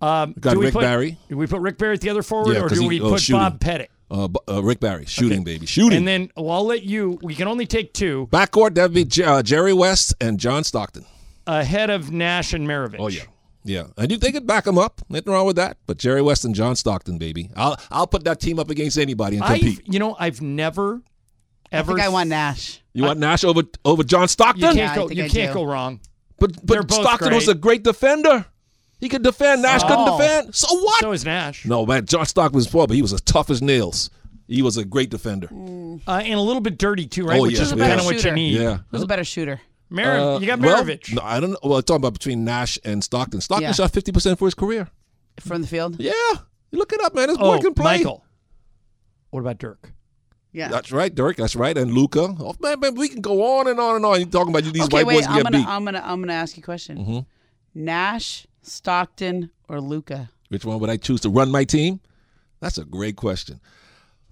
A: um,
B: got
A: do we
B: Rick
A: put,
B: Barry.
A: Do we put Rick Barry at the other forward,
B: yeah,
A: or
B: 'cause
A: do
B: he-
A: we
B: oh,
A: put
B: shooting.
A: Bob Pettit?
B: Uh, Bu- uh, Rick Barry, shooting baby, shooting.
A: And then well, I'll let you. We can only take two
B: Backcourt that'd be J- uh, Jerry West and John Stockton.
A: ahead uh, of Nash and Maravich. Oh yeah.
B: Yeah, and you they could back him up. Nothing wrong with that. But Jerry West and John Stockton, baby. I'll I'll put that team up against anybody and compete.
A: I you know I've never ever
D: I think I want Nash.
B: you want Nash over over John
A: You
B: Stockton?
A: can't
D: Yeah, I
A: go.
D: think
A: You
D: I
A: can't
D: do.
A: go wrong.
B: But
A: They're
B: but
A: both
B: Stockton was a
A: great.
B: great defender. He could defend. Nash couldn't
A: Oh.
B: defend. So what?
A: So is Nash.
B: no man, John Stockton was poor, but he was as tough as nails. He was a great defender.
A: Uh, and a little bit dirty too, right?
B: Oh,
A: Which
B: yeah,
A: is
B: yeah.
A: kind of what you
B: Shooter.
A: need.
B: Yeah.
D: Who's a better shooter?
A: Marav-
B: Uh,
A: you got
B: well,
A: Maravich.
B: no, I don't know. Well, I'm talking about between Nash and Stockton. Stockton
D: Yeah.
B: shot 50 percent for his career.
D: From the field?
B: Yeah, look it up, man. This boy
A: oh,
B: can play.
A: Michael. What about Dirk?
D: Yeah.
B: That's right, Dirk. That's right, and Luca. Oh, man, man, we can go on and on and on. You're talking about these
D: okay,
B: white
D: wait.
B: boys
D: I'm
B: get
D: gonna, uh,
B: beat.
D: I'm gonna, I'm gonna ask you a question.
B: hmm
D: Nash, Stockton, or Luca?
B: Which one would I choose to run my team? That's a great question.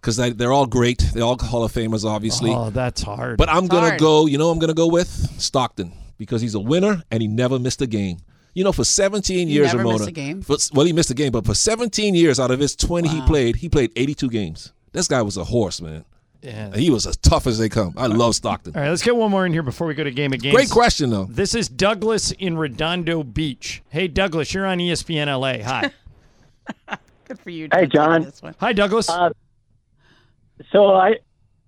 B: Because they're all great. They're all Hall of Famers, obviously.
A: Oh, that's hard.
B: But I'm
A: It's
B: gonna
A: hard.
B: go. You know, who I'm gonna go with Stockton because he's a winner and he never missed a game. You know, for 17
D: He
B: years,
D: never
B: Ramona.
D: missed a game?
B: for- well, he missed a game, but for 17 years out of his 20 he played, he played 82 games. This guy was a horse, man.
A: Yeah.
B: He was as tough as they come. I love Stockton.
A: All right, let's get one more in here before we go to game of games.
B: Great question though.
A: This is Douglas in Redondo Beach. Hey, Douglas, you're on E ESPN LA. Hi.
D: Good for you.
P: Hey, John. Uh,
A: Hi, Douglas.
P: So I,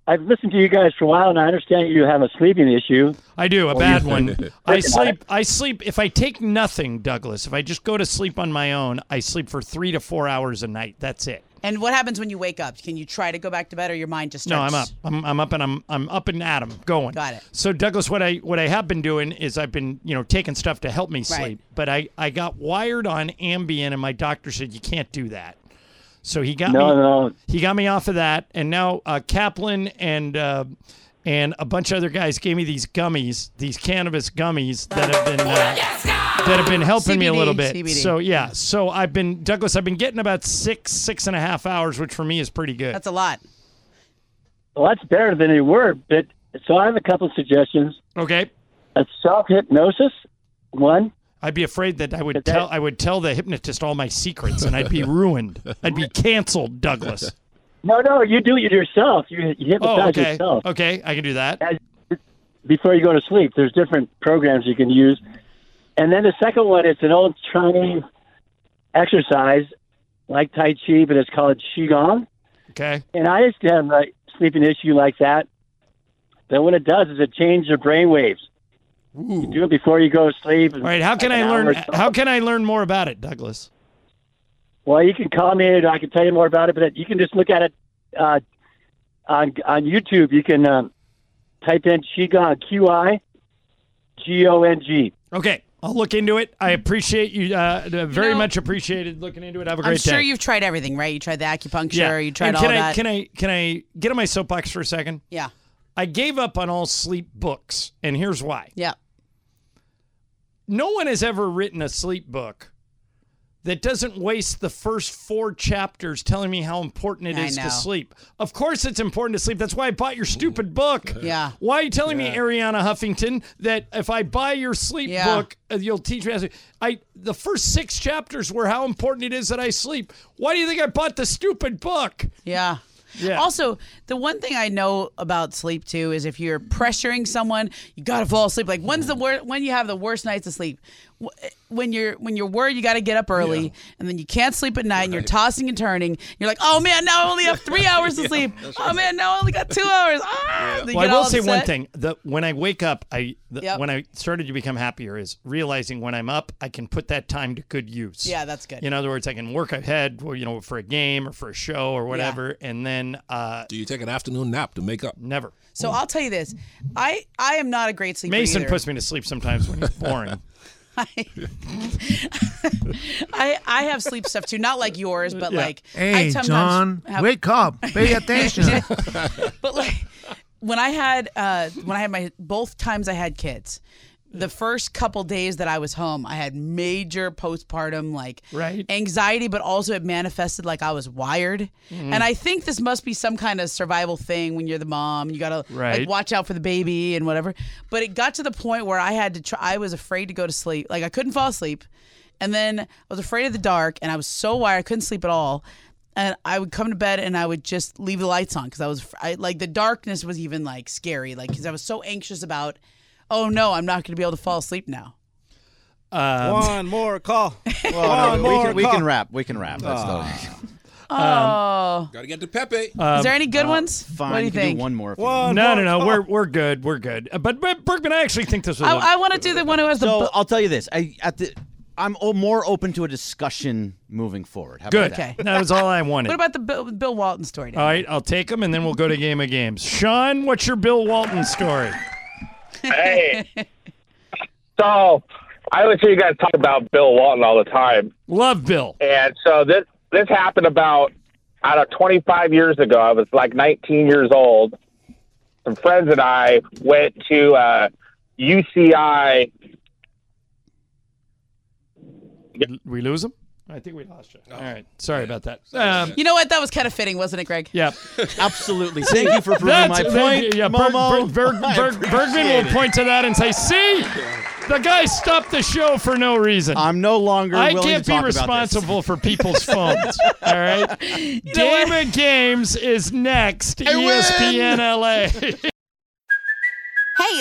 P: I've listened to you guys for a while, and I understand you have a sleeping issue.
A: I do
B: Oh,
A: a bad
P: you-
A: one. I sleep. I sleep. If I take nothing, Douglas, if I just go to sleep on my own, I sleep for three to four hours a night. That's it.
D: And what happens when you wake up? Can you try to go back to bed, or your mind just
A: No,
D: starts?
A: I'm up. I'm, I'm up and I'm I'm up and at 'em, going.
D: Got it.
A: So Douglas, what I what I have been doing is I've been you know taking stuff to help me sleep, but I I got wired on Ambien and my doctor said you can't do that. So he got
P: No,
A: me
P: no.
A: he got me off of that, and now uh, Kaplan and uh, and a bunch of other guys gave me these gummies, these cannabis gummies that have been uh, that have been helping me a
D: CBD,
A: little bit.
D: CBD.
A: So yeah, so I've been Douglas, I've been getting about six six and a half hours, which for me is pretty good.
D: That's a lot.
P: Well, that's better than you were. But so I have a couple suggestions.
A: Okay.
P: A self hypnosis, one.
A: I'd be afraid that I would tell I would tell the hypnotist all my secrets and I'd be ruined. I'd be canceled, Douglas.
P: No, no, you do it yourself. You, you hypnotize
A: Oh, okay.
P: yourself
A: Okay, I can do that.
P: before you go to sleep. There's different programs you can use. And then the second one, it's an old Chinese exercise like Tai Chi, but it's called Qigong.
A: Okay.
P: And I used to have a sleeping issue like that. Then what it does is it changes your brain waves. You do it before you go to sleep.
A: All right, how can I learn how can I learn more about it, Douglas?
P: Well, you can call me and I can tell you more about it, but you can just look at it uh, on on YouTube. You can um, type in Qigong, Q I G O N G.
A: Okay. I'll look into it. I appreciate you uh, very much appreciated looking into it. Have a great
D: I'm sure
A: day.
D: you've tried everything, right? You tried the acupuncture. You tried
A: and
D: all
A: can I,
D: that.
A: Can I can I get on my soapbox for a second?
D: Yeah.
A: I gave up on all sleep books, and here's why.
D: Yeah.
A: No one has ever written a sleep book that doesn't waste the first four chapters telling me how important it
D: I
A: is
D: know.
A: to sleep. Of course, it's important to sleep. That's why I bought your stupid book.
D: Yeah.
A: Why are you telling me, Ariana Huffington, that if I buy your sleep
D: Yeah.
A: book, uh, you'll teach me how to sleep? I the first six chapters were how important it is that I sleep. Why do you think I bought the stupid book?
D: Yeah. Also, the one thing I know about sleep too is if you're pressuring someone, you gotta fall asleep. Like when's the wor- when you have the worst nights of sleep? Wh- When you're when you're worried, you gotta get up early, and then you can't sleep at night, and you're tossing and turning. You're like, oh man, now I only have three hours to sleep. Oh man, now I only got two hours. Ah! Then you
A: Well,
D: get
A: I will
D: all
A: say one
D: upset.
A: thing: the when I wake up, I the,
D: Yep.
A: when I started to become happier is realizing when I'm up, I can put that time to good use.
D: Yeah, that's good.
A: In other words, I can work ahead, well, you know, for a game or for a show or whatever, and then. Uh,
B: Do you take an afternoon nap to make up?
A: Never.
D: So I'll tell you this: I I am not a great sleeper.
A: Mason
D: either.
A: puts me to sleep sometimes when he's boring.
D: I I have sleep stuff too, not like yours, but
A: Yeah.
D: like I
Q: Hey,
D: sometimes
Q: John,
D: have-
Q: wake up. Pay attention.
D: but like when I had uh, when I had my both times I had kids, the first couple days that I was home, I had major postpartum like
A: right.
D: anxiety, but also it manifested like I was wired.
Q: Mm-hmm.
R: Mhm.
D: And I think this must be some kind of survival thing when you're the mom. You gotta
R: Right.
D: like watch out for the baby and whatever. But it got to the point where I had to try. I was afraid to go to sleep. Like I couldn't fall asleep. And then I was afraid of the dark, and I was so wired I couldn't sleep at all. And I would come to bed and I would just leave the lights on because I was fr- I, like the darkness was even like scary, like because I was so anxious about, oh no, I'm not going to be able to fall asleep now.
A: Um,
I: One more call.
C: Well,
I: One
C: no, we,
I: more
C: can, we
I: call.
C: can wrap. We can wrap. That's
I: Ah.
D: Um,
B: Um,
D: Oh,
B: gotta get to Pepe.
D: is there any good ones?
C: Uh, Fine.
D: What do you,
C: you can
D: think?
C: do one more. If you
A: no,
C: want.
A: Um, uh, no, no. We're we're good. We're good. Uh, But, but Bergman, I actually think this was. a-
D: I, I want to do the one who has the.
C: so
D: bu-
C: I'll tell you this. I at the I'm o- more open to a discussion moving forward. How
A: Good.
C: About that?
A: That was all I wanted.
D: What about the Bill, Bill Walton story? Dan?
A: All right, I'll take them, and then we'll go to game of games. Sean, what's your Bill Walton story?
S: Hey. so I listen to you guys talk about Bill Walton all the time.
A: Love Bill.
S: And so this this happened about I don't know, 25 years ago. I was like 19 years old. Some friends and I went to uh, UCI.
A: We lose him. I think we lost you.
C: Oh.
A: All right, sorry about that. Um,
D: You know what? That was kind of fitting, wasn't it, Greg?
A: Yeah.
C: Absolutely. Thank you for proving
A: That's-
C: my
A: thank
C: point.
A: you. Yeah, Berg-
C: Momo.
A: Berg- Berg-
C: I
A: Berg-
C: appreciate
A: Bergman will
C: it.
A: point to that and say, "See, the guy stopped the show for no reason."
C: I'm no longer.
A: I
C: willing
A: can't
C: to
A: be
C: talk about this.
A: responsible for people's phones. All right, Game of Games E is next. ESPN LA.
T: Hey,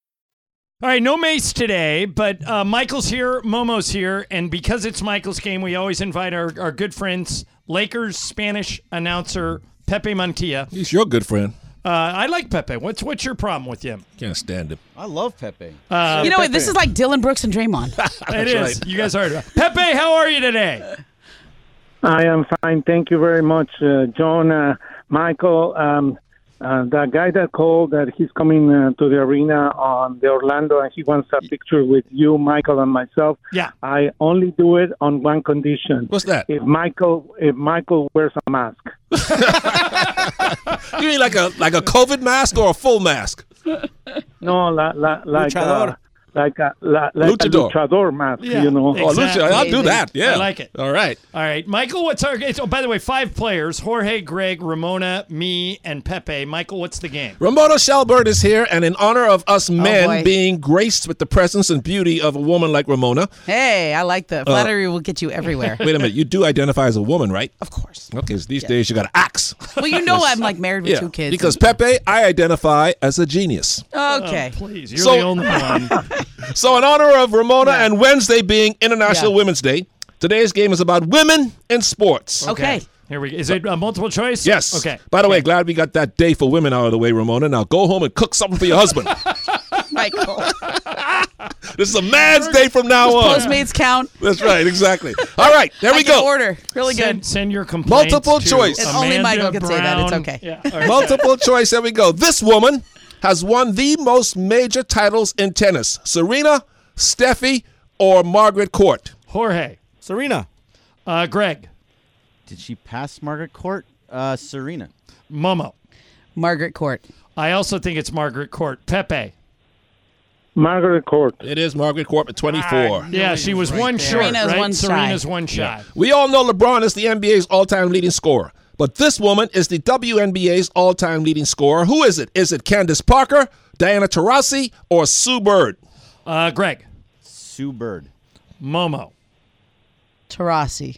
A: All right, no Mace today, but uh, Michael's here, Momo's here, and because it's Michael's game, we always invite our, our good friends, Lakers Spanish announcer Pepe Montilla.
B: He's your good friend.
A: Uh, I like Pepe. What's what's your problem with him?
B: Can't stand him.
C: I love Pepe.
A: Uh,
D: you know what? This is like Dylan Brooks and Draymond.
A: it is. You guys are Pepe. How are you today?
K: I am fine. Thank you very much, uh, John, uh, Michael. Um, uh, the guy that called that he's coming uh, to the arena on the Orlando and he wants a picture with you, Michael, and myself.
A: Yeah.
K: I only do it on one condition.
B: What's that?
K: If Michael, if Michael wears a mask.
B: You mean like a like a COVID mask or a full mask?
K: No, la, la, like
B: Luchador.
K: a, like a la, like
B: Luchador. Oh,
K: a luchador mask. you know. oh,
A: I like it.
B: All right.
A: All right, Michael. What's our? It's, oh, by the way, five players: Jorge, Greg, Ramona, me, and Pepe. Michael, what's the game?
B: Ramona Shelburne is here, and in honor of us
D: Oh,
B: men
A: boy.
B: being graced with the presence and beauty of a woman like Ramona.
D: Hey, I like the
B: Uh,
D: flattery will get you everywhere.
B: Wait a minute, you do identify as a woman, right? Of course. Okay, so these days you got an axe.
D: Well, you know I'm like married with
B: Yeah,
D: two kids.
B: Because Pepe, I identify as a genius.
D: okay,
A: Oh, please,
B: you're So- the only
A: one.
B: So, in honor of Ramona and Wednesday being International
D: Yeah.
B: Women's Day, today's game is about women in sports.
D: Okay. Okay.
A: Here we go. Is it a multiple choice?
B: Yes.
A: Okay.
B: By the way, glad we got that day for women out of the way, Ramona. Now go home and cook something for your husband.
D: Michael.
B: this is a man's day from now on.
D: Does Postmates count?
B: That's right. Exactly. All right. There
D: I
B: we
D: can
B: go.
D: Order. Really good.
A: Send, send your complaints.
B: Multiple
A: to
B: choice.
D: It's only
A: Amanda
D: Michael can say that. It's
A: Brown.
D: okay.
A: Yeah.
B: Multiple choice. There we go. This woman has won the most major titles in tennis: Serena, Steffi, or Margaret Court.
A: Jorge.
I: Serena.
A: Uh, Greg.
C: Did she pass Margaret Court? Uh, Serena.
A: Momo.
D: Margaret Court.
A: I also think it's Margaret Court. Pepe.
B: Margaret Court. It is Margaret Court at 24.
A: Yeah, she was one short.
D: Serena's
A: right?
D: one
A: Serena's
D: shy.
A: one shot.
B: We all know LeBron is the NBA's all-time leading scorer, but this woman is the WNBA's all-time leading scorer. Who is it? Is it Candace Parker, Diana Taurasi, or Sue Bird?
A: Uh, Greg.
C: Sue Bird.
A: Momo.
D: Tarasi.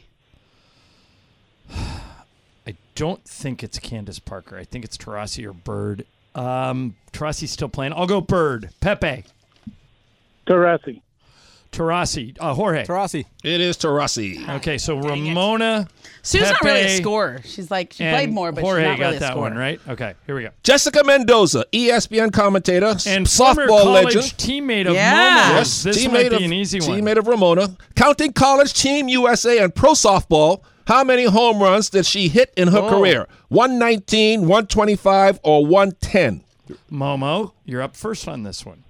A: I don't think it's Candace Parker. I think it's Tarasi or Bird. Um, Tarasi's still playing. I'll go Bird. Pepe.
K: Tarasi.
A: Tarasi. Uh, Jorge.
I: Tarasi.
B: It is Tarasi.
A: Okay, so Ramona.
D: Sue's not really a
A: Pepe,
D: scorer. She's like she
A: and
D: played more, but
A: Jorge
D: she's not
A: got
D: really a
A: that
D: scorer.
A: one right. Okay, here we go.
B: Jessica Mendoza, E ESPN commentator and
A: former
B: softball
A: college
B: legend,
A: teammate of Yeah. Momo's. This might be
B: of,
A: an easy one.
B: Teammate of Ramona, counting college team USA and pro softball. How many home runs did she hit in her
A: Oh.
B: career? 119, 125, or 110?
A: Momo, you're up first on this one.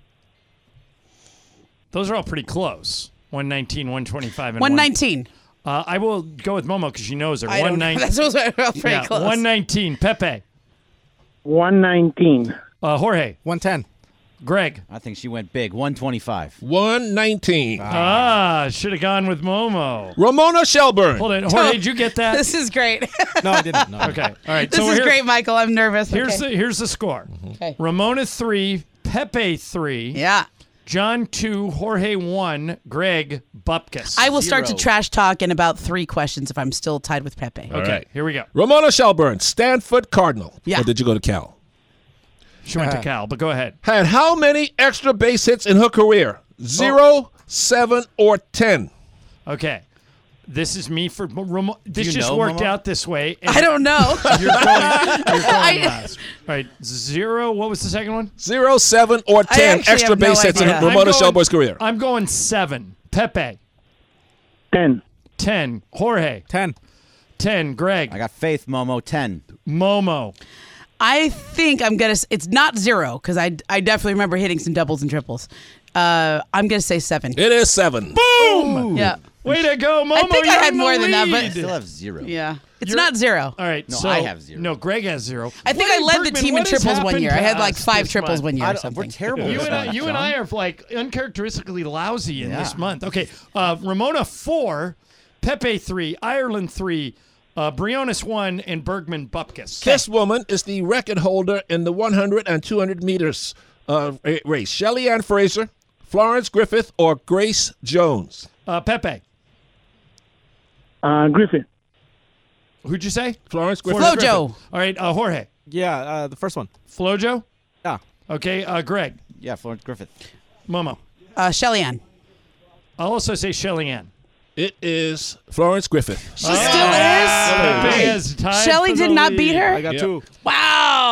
A: Those are all pretty close. 119, 125, and
D: 119.
A: One, uh, I will go with Momo because she knows her.
D: I don't know.
A: 119.
D: That's what I felt pretty
A: yeah,
D: close.
A: 119. Pepe.
K: 119.
A: Uh, Jorge.
I: 110.
A: Greg.
C: I think she went big. 125.
B: 119.
A: Ah, should have gone with Momo.
B: Ramona Shelburne.
A: Hold it. Jorge, did you get that?
D: This is great.
I: no, I didn't. No.
A: Okay. All right.
D: this
A: so
D: is
A: here-
D: great, Michael. I'm nervous.
A: Here's
D: okay. Mm-hmm.
A: the here's the score.
D: Okay.
A: Ramona three, Pepe three.
D: Yeah.
A: John two, Jorge one, Greg Bupkis.
D: I will start to
A: zero.
D: trash talk in about three questions if I'm still tied with Pepe.
B: All right.
A: here we go.
B: Ramona Shelburne, Stanford Cardinal.
D: Yeah.
B: Or did you go to Cal?
A: She went to Cal, but go ahead.
B: Had how many extra base hits in her career? Zero, seven, or 10?
A: Okay. This is me for Ramona. This
B: you
A: just
B: know
A: worked
B: Momo?
A: out this way.
D: I don't know.
A: You're going, you're going
D: I-
A: last. All right. Zero. What was the second one?
B: Zero, seven, or
A: I
B: 10
A: actually
B: extra
A: have no
B: base hits in
A: idea. I'm
B: Ramona
A: going-
B: Shelburne's career.
A: I'm going seven. Pepe.
K: 10.
A: 10. Jorge.
I: 10.
A: 10. Greg.
C: I got faith, Momo. 10.
A: Momo.
D: I think I'm gonna. s- It's not zero because I I definitely remember hitting some doubles and triples. Uh, I'm gonna say seven.
B: It is seven.
A: Boom!
D: Yeah.
A: Way to go, Momo.
D: I think I
A: you're
D: had
A: in
D: more
A: the
D: than that,
A: lead.
D: but
C: Still have zero.
D: yeah, it's
A: You're-
D: not zero.
A: All right.
C: No,
A: so,
C: I have zero.
A: No, Greg has zero.
D: I think
A: What
D: I
A: is
D: led the
A: Bergman-
D: team in
A: what has
D: triples one
A: happened
D: year.
A: to
D: I had
A: us
D: like five
A: this
D: triples
A: month?
D: one year
C: I
D: or
C: don't-
D: something.
C: we're terrible.
A: You
C: this
A: and, I,
C: month,
A: you and
C: John.
A: I are like uncharacteristically lousy in this
C: Yeah.
A: month. Okay, uh, Ramona four, Pepe three, Ireland three, uh, Briones one, and Bergman Bupkis.
B: This woman is the record holder in the 100 and 200 meters uh, ra- race. Shelly Ann Fraser, Florence Griffith, or Grace Jones?
A: Uh, Pepe,
K: Uh, Griffin.
A: who'd you say?
B: Florence Griffith.
A: Florence Griffith. All right, uh, Jorge.
I: Yeah, uh, the first one.
A: Flojo.
I: Yeah.
A: Okay, uh, Greg.
C: Yeah, Florence Griffith.
A: Momo.
D: Uh, Shelly Ann.
A: I'll also say Shelly Ann.
B: It is Florence Griffith.
D: She still
A: Pepe
D: is.
A: has tied
D: Shelly
A: for the
D: did not beat
A: lead.
D: her.
I: got two.
D: Wow.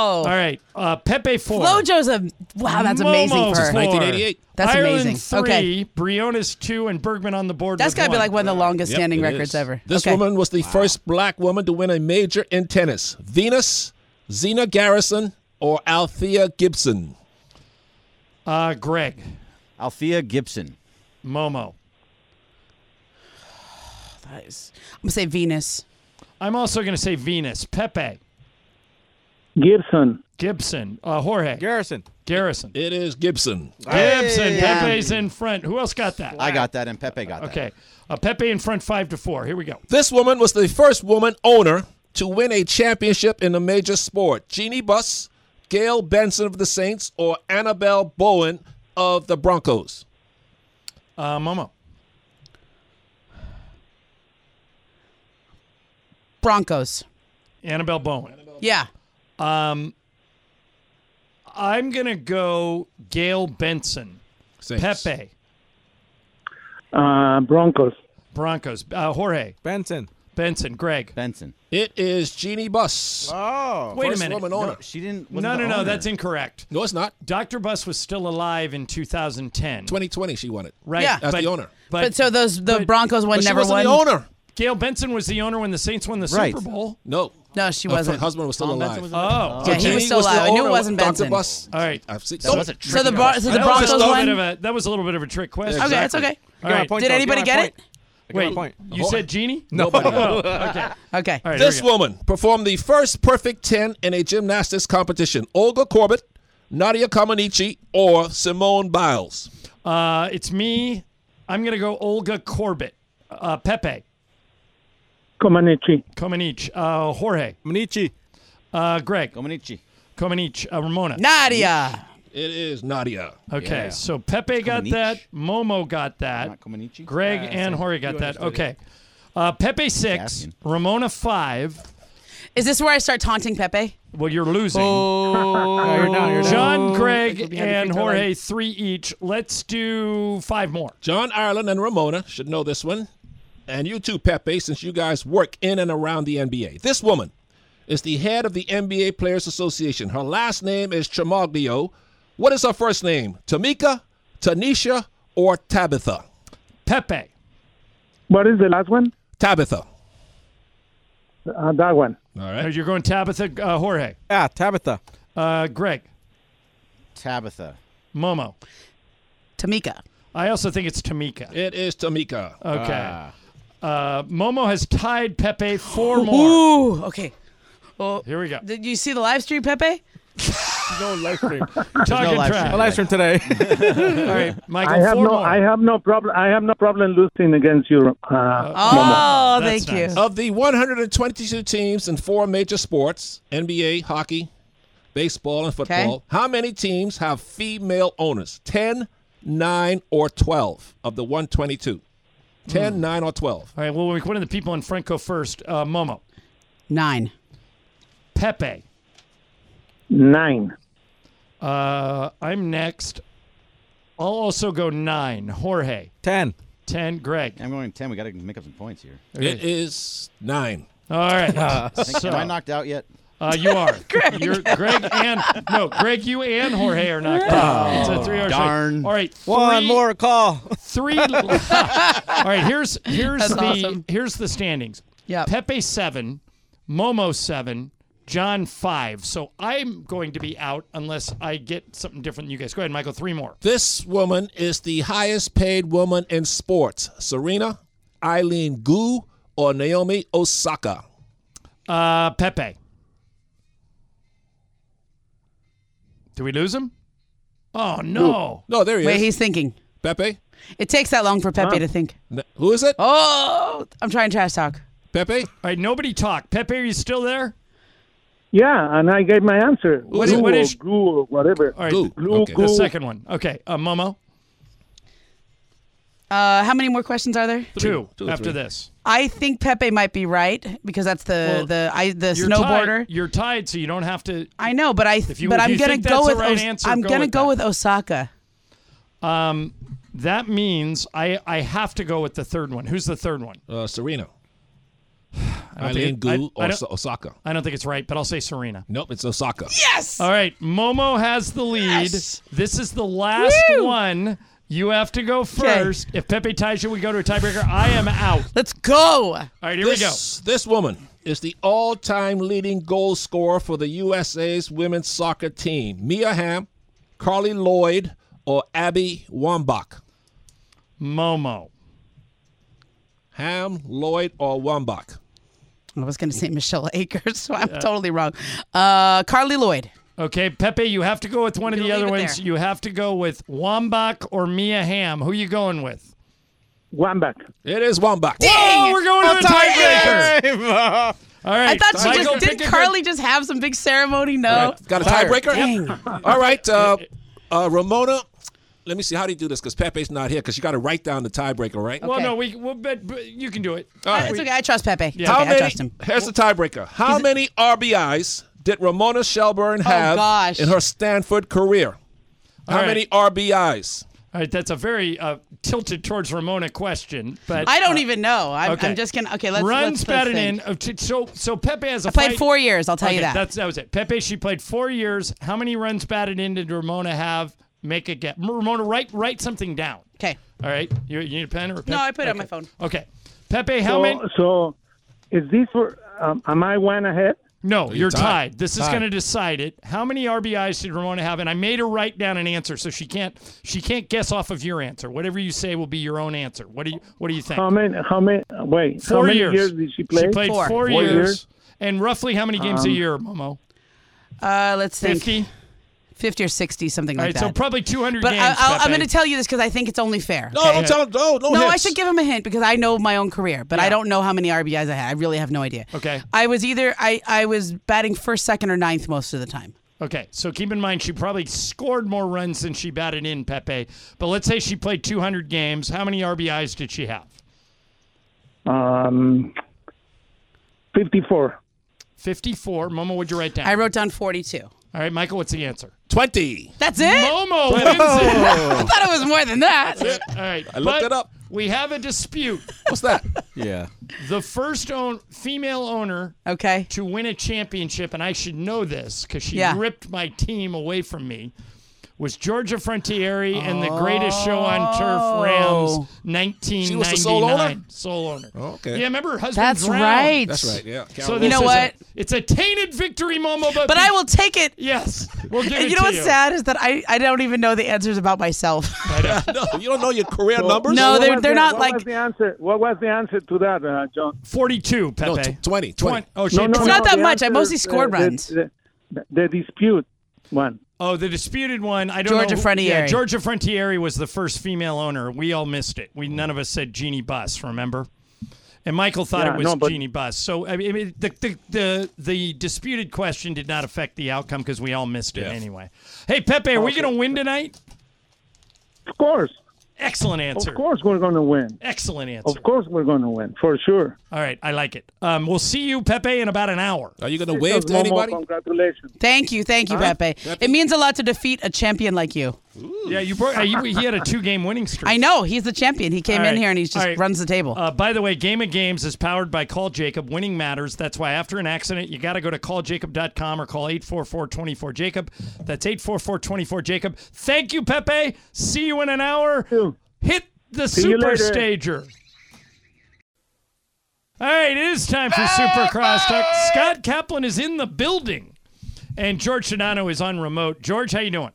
B: Oh.
A: All right, uh, Pepe four.
D: Flojo's a wow. That's amazing
A: Momo
D: for her.
A: four.
D: That's
A: Ireland
D: amazing.
A: Three,
D: Okay,
A: Briones two, and Bergman on the board.
D: that's
A: with
D: gotta be
A: one.
D: like one of the longest
B: Yep,
D: standing
B: it
D: records
B: is.
D: ever.
B: This
D: okay.
B: woman was the first black woman to win a major in tennis. Venus, Zena Garrison, or Althea Gibson?
A: Uh, Greg,
C: Althea Gibson.
A: Momo.
D: That is- I'm gonna say Venus.
A: I'm also going to say Venus, Pepe,
K: Gibson.
A: Gibson, uh, Jorge,
I: Garrison.
A: Garrison,
B: It is Gibson.
A: Gibson.
C: Yeah.
A: Pepe's in front. Who else got that?
C: I got that, and Pepe got that.
A: Okay, uh, Pepe in front, five to four. Here we go.
B: This woman was the first woman owner to win a championship in a major sport. Jeannie Buss, Gail Benson of the Saints, or Annabelle Bowen of the Broncos?
A: Uh, Momo,
D: Broncos.
A: Annabelle Bowen.
D: Yeah.
A: Um, I'm going to go Gail Benson,
B: Saints.
A: Pepe,
K: Uh, Broncos.
A: Broncos, uh, Jorge,
I: Benson.
A: Benson, Greg.
C: Benson.
B: It is Jeannie Buss.
I: Oh,
A: Wait a minute.
C: No, she didn't.
A: No, no, no. That's incorrect.
B: No, it's not.
A: Dr. Buss was still alive in 2010.
B: 2020, she won it.
A: Right.
D: Yeah.
B: That's the owner.
D: But, so those the Broncos one
B: but she
D: never
B: wasn't
D: won.
B: the owner.
A: Gail Benson was the owner when the Saints won the
B: Right.
A: Super Bowl.
B: No.
D: No, she
B: Her
D: wasn't.
B: husband was still
D: Tom
B: alive.
D: Benson was
A: Oh,
D: Yeah, he was still
B: the
D: alive. I knew it
B: owner.
D: wasn't
B: Dr.
D: Benson.
B: Buss.
A: All right.
B: I've seen.
D: That was a So tricky the Bron- one. so the
A: That was
D: Broncos
A: a little
D: won?
A: bit of a- That was a little bit of a trick question.
D: Okay, that's okay.
A: All right.
D: Did anybody get it?
A: Wait, you said Jeannie?
B: Nobody.
A: Oh, okay.
D: Okay.
A: All right,
B: this
A: here we go.
B: woman performed the first perfect 10 in a gymnastics competition. Olga Corbett, Nadia Comaneci, or Simone Biles.
A: Uh, it's me. I'm going to go Olga Corbett. Uh, Pepe.
K: Comaneci.
A: Comaneci. Uh, Jorge.
I: Comaneci.
A: Uh, Greg.
C: Comaneci.
A: Comaneci. Uh, Ramona.
D: Nadia.
B: It is Nadia.
A: Okay,
B: Yeah.
A: so Pepe got that. Momo got that. Greg and Jorge got that. Okay. Uh, Pepe six, Ramona five.
D: Is this where I start taunting Pepe?
A: Well, you're losing.
B: Oh.
D: No, you're down, you're down.
A: John,
D: This will
A: Greg,
D: be under
A: and
D: free throw line.
A: Jorge three each. Let's do five more.
B: John Ireland and Ramona should know this one. And you too, Pepe, since you guys work in and around the NBA. This woman is the head of the NBA Players Association. Her last name is Chamaglio. What is her first name? Tamika, Tanisha, or Tabitha?
A: Pepe.
K: What is the last one?
B: Tabitha.
K: Uh, that one.
B: All right.
A: You're going Tabitha, uh, Jorge.
I: Ah, Tabitha.
A: Uh, Greg,
C: Tabitha.
A: Momo.
D: Tamika.
A: I also think it's Tamika.
B: It is Tamika.
A: Okay.
C: Ah.
A: Uh, Momo has tied Pepe four more.
D: Ooh. Okay. Oh. Well,
A: here we go.
D: Did you see the live stream, Pepe?
I: no live stream.
A: Talking
I: live
A: trash.
I: stream. No live stream today.
A: All right, Michael.
K: I have
A: four
K: no.
A: more.
K: I have no problem. I have no problem losing against you. Uh, Momo.
B: That's nice. Of the 122 teams in four major sports NBA, hockey, baseball, and football, how many teams have female owners? 10, 9, or 12 of the 122? 10,
A: Hmm.
B: 9, or 12?
A: All right. Well, we're one of the people in Franco first. Uh, Momo.
D: Nine.
A: Pepe.
K: Nine.
A: Uh, I'm next. I'll also go nine. Jorge.
I: Ten.
A: Ten. Greg.
C: I'm going ten. We got to make up some points here.
B: It is 9.
A: All right.
C: I think-
A: so,
C: Am I knocked out yet?
A: uh, you are.
C: Greg.
A: You're Greg and no, Greg. You and Jorge are knocked out.
I: Oh,
A: It's a three-hour
I: darn.
A: All right. Three,
I: One more call.
A: Three. All right. Here's here's
I: That's
A: the
I: awesome.
A: here's the standings.
D: Yeah.
A: Pepe seven, Momo seven, John five. So I'm going to be out unless I get something different than you guys. Go ahead, Michael. Three more.
B: This woman is the highest paid woman in sports Serena, Eileen Gu, or Naomi Osaka?
A: Uh, Pepe. Do we lose him? Oh no!
B: No, there he
D: Wait,
B: is.
D: he's thinking.
B: Pepe?
D: It takes that long for Pepe
B: Huh.
D: to think.
B: Who is it?
D: Oh, I'm trying trash talk.
B: Pepe? All
A: right, nobody talk. Pepe, are you still there?
K: Yeah, and I gave my answer.
A: What is- what is-
K: Goo or goo or whatever.
A: All right,
K: goo.
A: the second one. Okay, uh, Momo,
D: Uh, how many more questions are there?
A: two,
B: Two or
A: after
B: three.
A: this.
D: I think Pepe might be right because that's the
A: Well,
D: the I, the
A: You're
D: snowboarder.
A: tied- you're tied, so you don't have to.
D: I know, but I
A: If you-
D: but
A: if
D: I'm
A: you
D: gonna
A: think
D: go
A: that's the
D: with
A: right
D: Os-
A: answer,
D: I'm
A: go
D: gonna
A: with
D: go with Osaka.
A: Um, that means I I have to go with the third one. Who's the third one?
B: Uh, Serena.
A: don't
B: Eileen
A: think it- I-
B: Gu
A: I
B: or
A: don't-
B: Sa- Osaka?
A: I don't think it's right, but I'll say Serena.
B: Nope, it's Osaka.
D: Yes.
A: All right, Momo has the lead. This is the last
D: Woo!
A: one. You have to go first. If Pepe ties you, we go to a tiebreaker. I am out.
D: Let's go. All
A: right, here we go.
B: this, This woman is the all-time leading goal scorer for the USA's women's soccer team. Mia Hamm, Carly Lloyd, or Abby Wambach?
A: Momo.
B: Ham, Lloyd, or Wambach?
D: I was gonna say Michelle Akers, so I'm totally wrong. Uh, Carly Lloyd.
A: Okay, Pepe, you have to go with one of
D: You
A: the
D: leave
A: other
D: it
A: ones.
D: there.
A: You have to go with Wambach or Mia Ham. Who you going with?
K: Wambach.
B: It is Wambach.
A: Whoa, we're going to the tiebreaker. All right.
D: I thought she
A: Michael,
D: just
A: pick
D: did.
A: a good-
D: Carly just have some big ceremony? No.
B: Got a tiebreaker? All right, uh, uh, Ramona. Let me see. How do you do this? Because Pepe's not here. Because you got to write down the tiebreaker, right?
A: Well, no, we we'll bet but you can do it.
B: All right.
D: It's okay. I trust Pepe. It's
B: How
D: okay.
B: many,
D: I trust him.
B: Here's the tiebreaker. How many RBIs did Ramona Shelburne have
D: Oh, gosh.
B: in her Stanford career? How
A: right.
B: many RBIs?
A: All right, that's a very uh, tilted towards Ramona question, but
D: I don't
A: uh,
D: even know. Oh, I'm,
A: okay.
D: I'm just gonna. Okay, let's
A: run
D: let's,
A: spat
D: let's
A: it
D: think.
A: in. Uh, t- So so Pepe has a
D: I played
A: fight-
D: four years, I'll tell you
A: Okay,
D: that.
A: That's that was it. Pepe she played four years. How many runs batted in did Ramona have? Make a guess. Ramona, write write something down.
D: Okay.
A: All right. You, you need a pen or a
D: No, I put it on my
A: Okay.
D: phone.
A: Okay. Pepe, how
K: so,
A: many?
K: So, is this for? Um, am I one ahead?
A: No, Oh, you're tied. This is going to decide it. How many RBIs did Ramona have? And I made her write down an answer, so she can't she can't guess off of your answer. Whatever you say will be your own answer. What do you What do you think?
K: How many? How many? Wait,
A: four
K: how many
A: years.
K: years. did she play?
A: played four, years. And roughly how many games a
K: Um,
A: year, Momo?
D: Uh, let's think.
A: 50?
D: 50 or 60, something
A: All
D: like
A: right,
D: that.
A: so probably 200
D: but
A: games.
D: I, I'll, I'm
A: Pepe.
D: going to tell you this because I think it's only fair.
A: No,
D: okay?
A: don't tell- no, no
D: No, I
A: hints.
D: should give him a hint because I know my own career, but I don't know how many RBIs I had. I really have no idea.
A: Okay.
D: I was either I, I was batting first, second, or ninth most of the time.
A: Okay, so keep in mind she probably scored more runs than she batted in, Pepe. But let's say she played 200 games. How many RBIs did she have?
K: Um, fifty-four.
A: 54. Momo, what'd you write down?
D: I wrote down 42. All
A: right, Michael, what's the answer?
B: 20.
D: That's it.
A: Momo wins it.
D: I thought it was more than that.
A: That's it. All right.
B: I looked
A: but
B: it up.
A: We have a dispute.
B: What's that?
I: Yeah.
A: The first own female owner
D: okay.
A: to win a championship, and I should know this because she
D: Yeah.
A: ripped my team away from me, was Georgia Frontieri and the greatest show on
D: Oh.
A: turf Rams 1999.
B: She was the sole owner? Oh,
A: Sole owner.
B: okay.
A: Yeah, remember her husband
D: That's
A: drowned.
D: right.
B: That's right, yeah.
A: So
D: You
A: this
D: know
A: is a-
D: what?
A: it's a tainted victory, Momo. But,
D: But I will take it.
A: Yes. We'll give
D: and
A: it
D: you know
A: to
D: what's
A: you.
D: sad is that I, I don't even know the answers about myself.
B: no, you don't know your career numbers.
D: No, they're they're not
K: what
D: like
K: Was the answer? What was the answer to that, uh, John?
A: 42, Pepe.
B: No, tw- 20, 20.
A: Oh, she
K: No,
A: had
K: no,
A: twenty-
K: no, the answer, uh, the- The, the, the dispute one.
A: Oh, the disputed one. I don't
D: Georgia
A: know. who- Yeah,
D: Frontieri.
A: Georgia Frontieri was the first female owner. We all missed it. We none of us said Jeannie Buss. Remember? And Michael thought
K: Yeah,
A: it was
K: no, but-
A: Jeannie Buss. So I mean, it- the, the the the disputed question did not affect the outcome because we all missed it anyway. Hey, Pepe, are we going to win tonight?
K: Of course,
A: Excellent answer.
K: of course, we're going to win.
A: Excellent answer.
K: Of course, we're going to win for sure.
A: All right, I like it. Um, we'll see you, Pepe, in about an hour.
B: Are you going
K: Sisters, wave to Momo, anybody? Congratulations.
D: Thank you, thank you,
A: Huh?
D: Pepe. It means a lot to defeat a champion like you.
A: Yeah, you, brought, uh, you. He had a two-game winning streak.
D: I know he's the champion. He came
A: All
D: in
A: right.
D: here and he just
A: All right.
D: runs the table.
A: Uh, by the way, Game of Games is powered by Call Jacob. Winning matters. That's why after an accident, you got to go to calljacob.com or call 844-24-JACOB. That's 844-24-JACOB. Thank you, Pepe. See you in an hour. Hit the
I: See you
A: super
I: later.
A: stager. All right, it is time for Super Crosstalk. Scott Kaplan is in the building, and George Shinano is on remote. George, how you doing?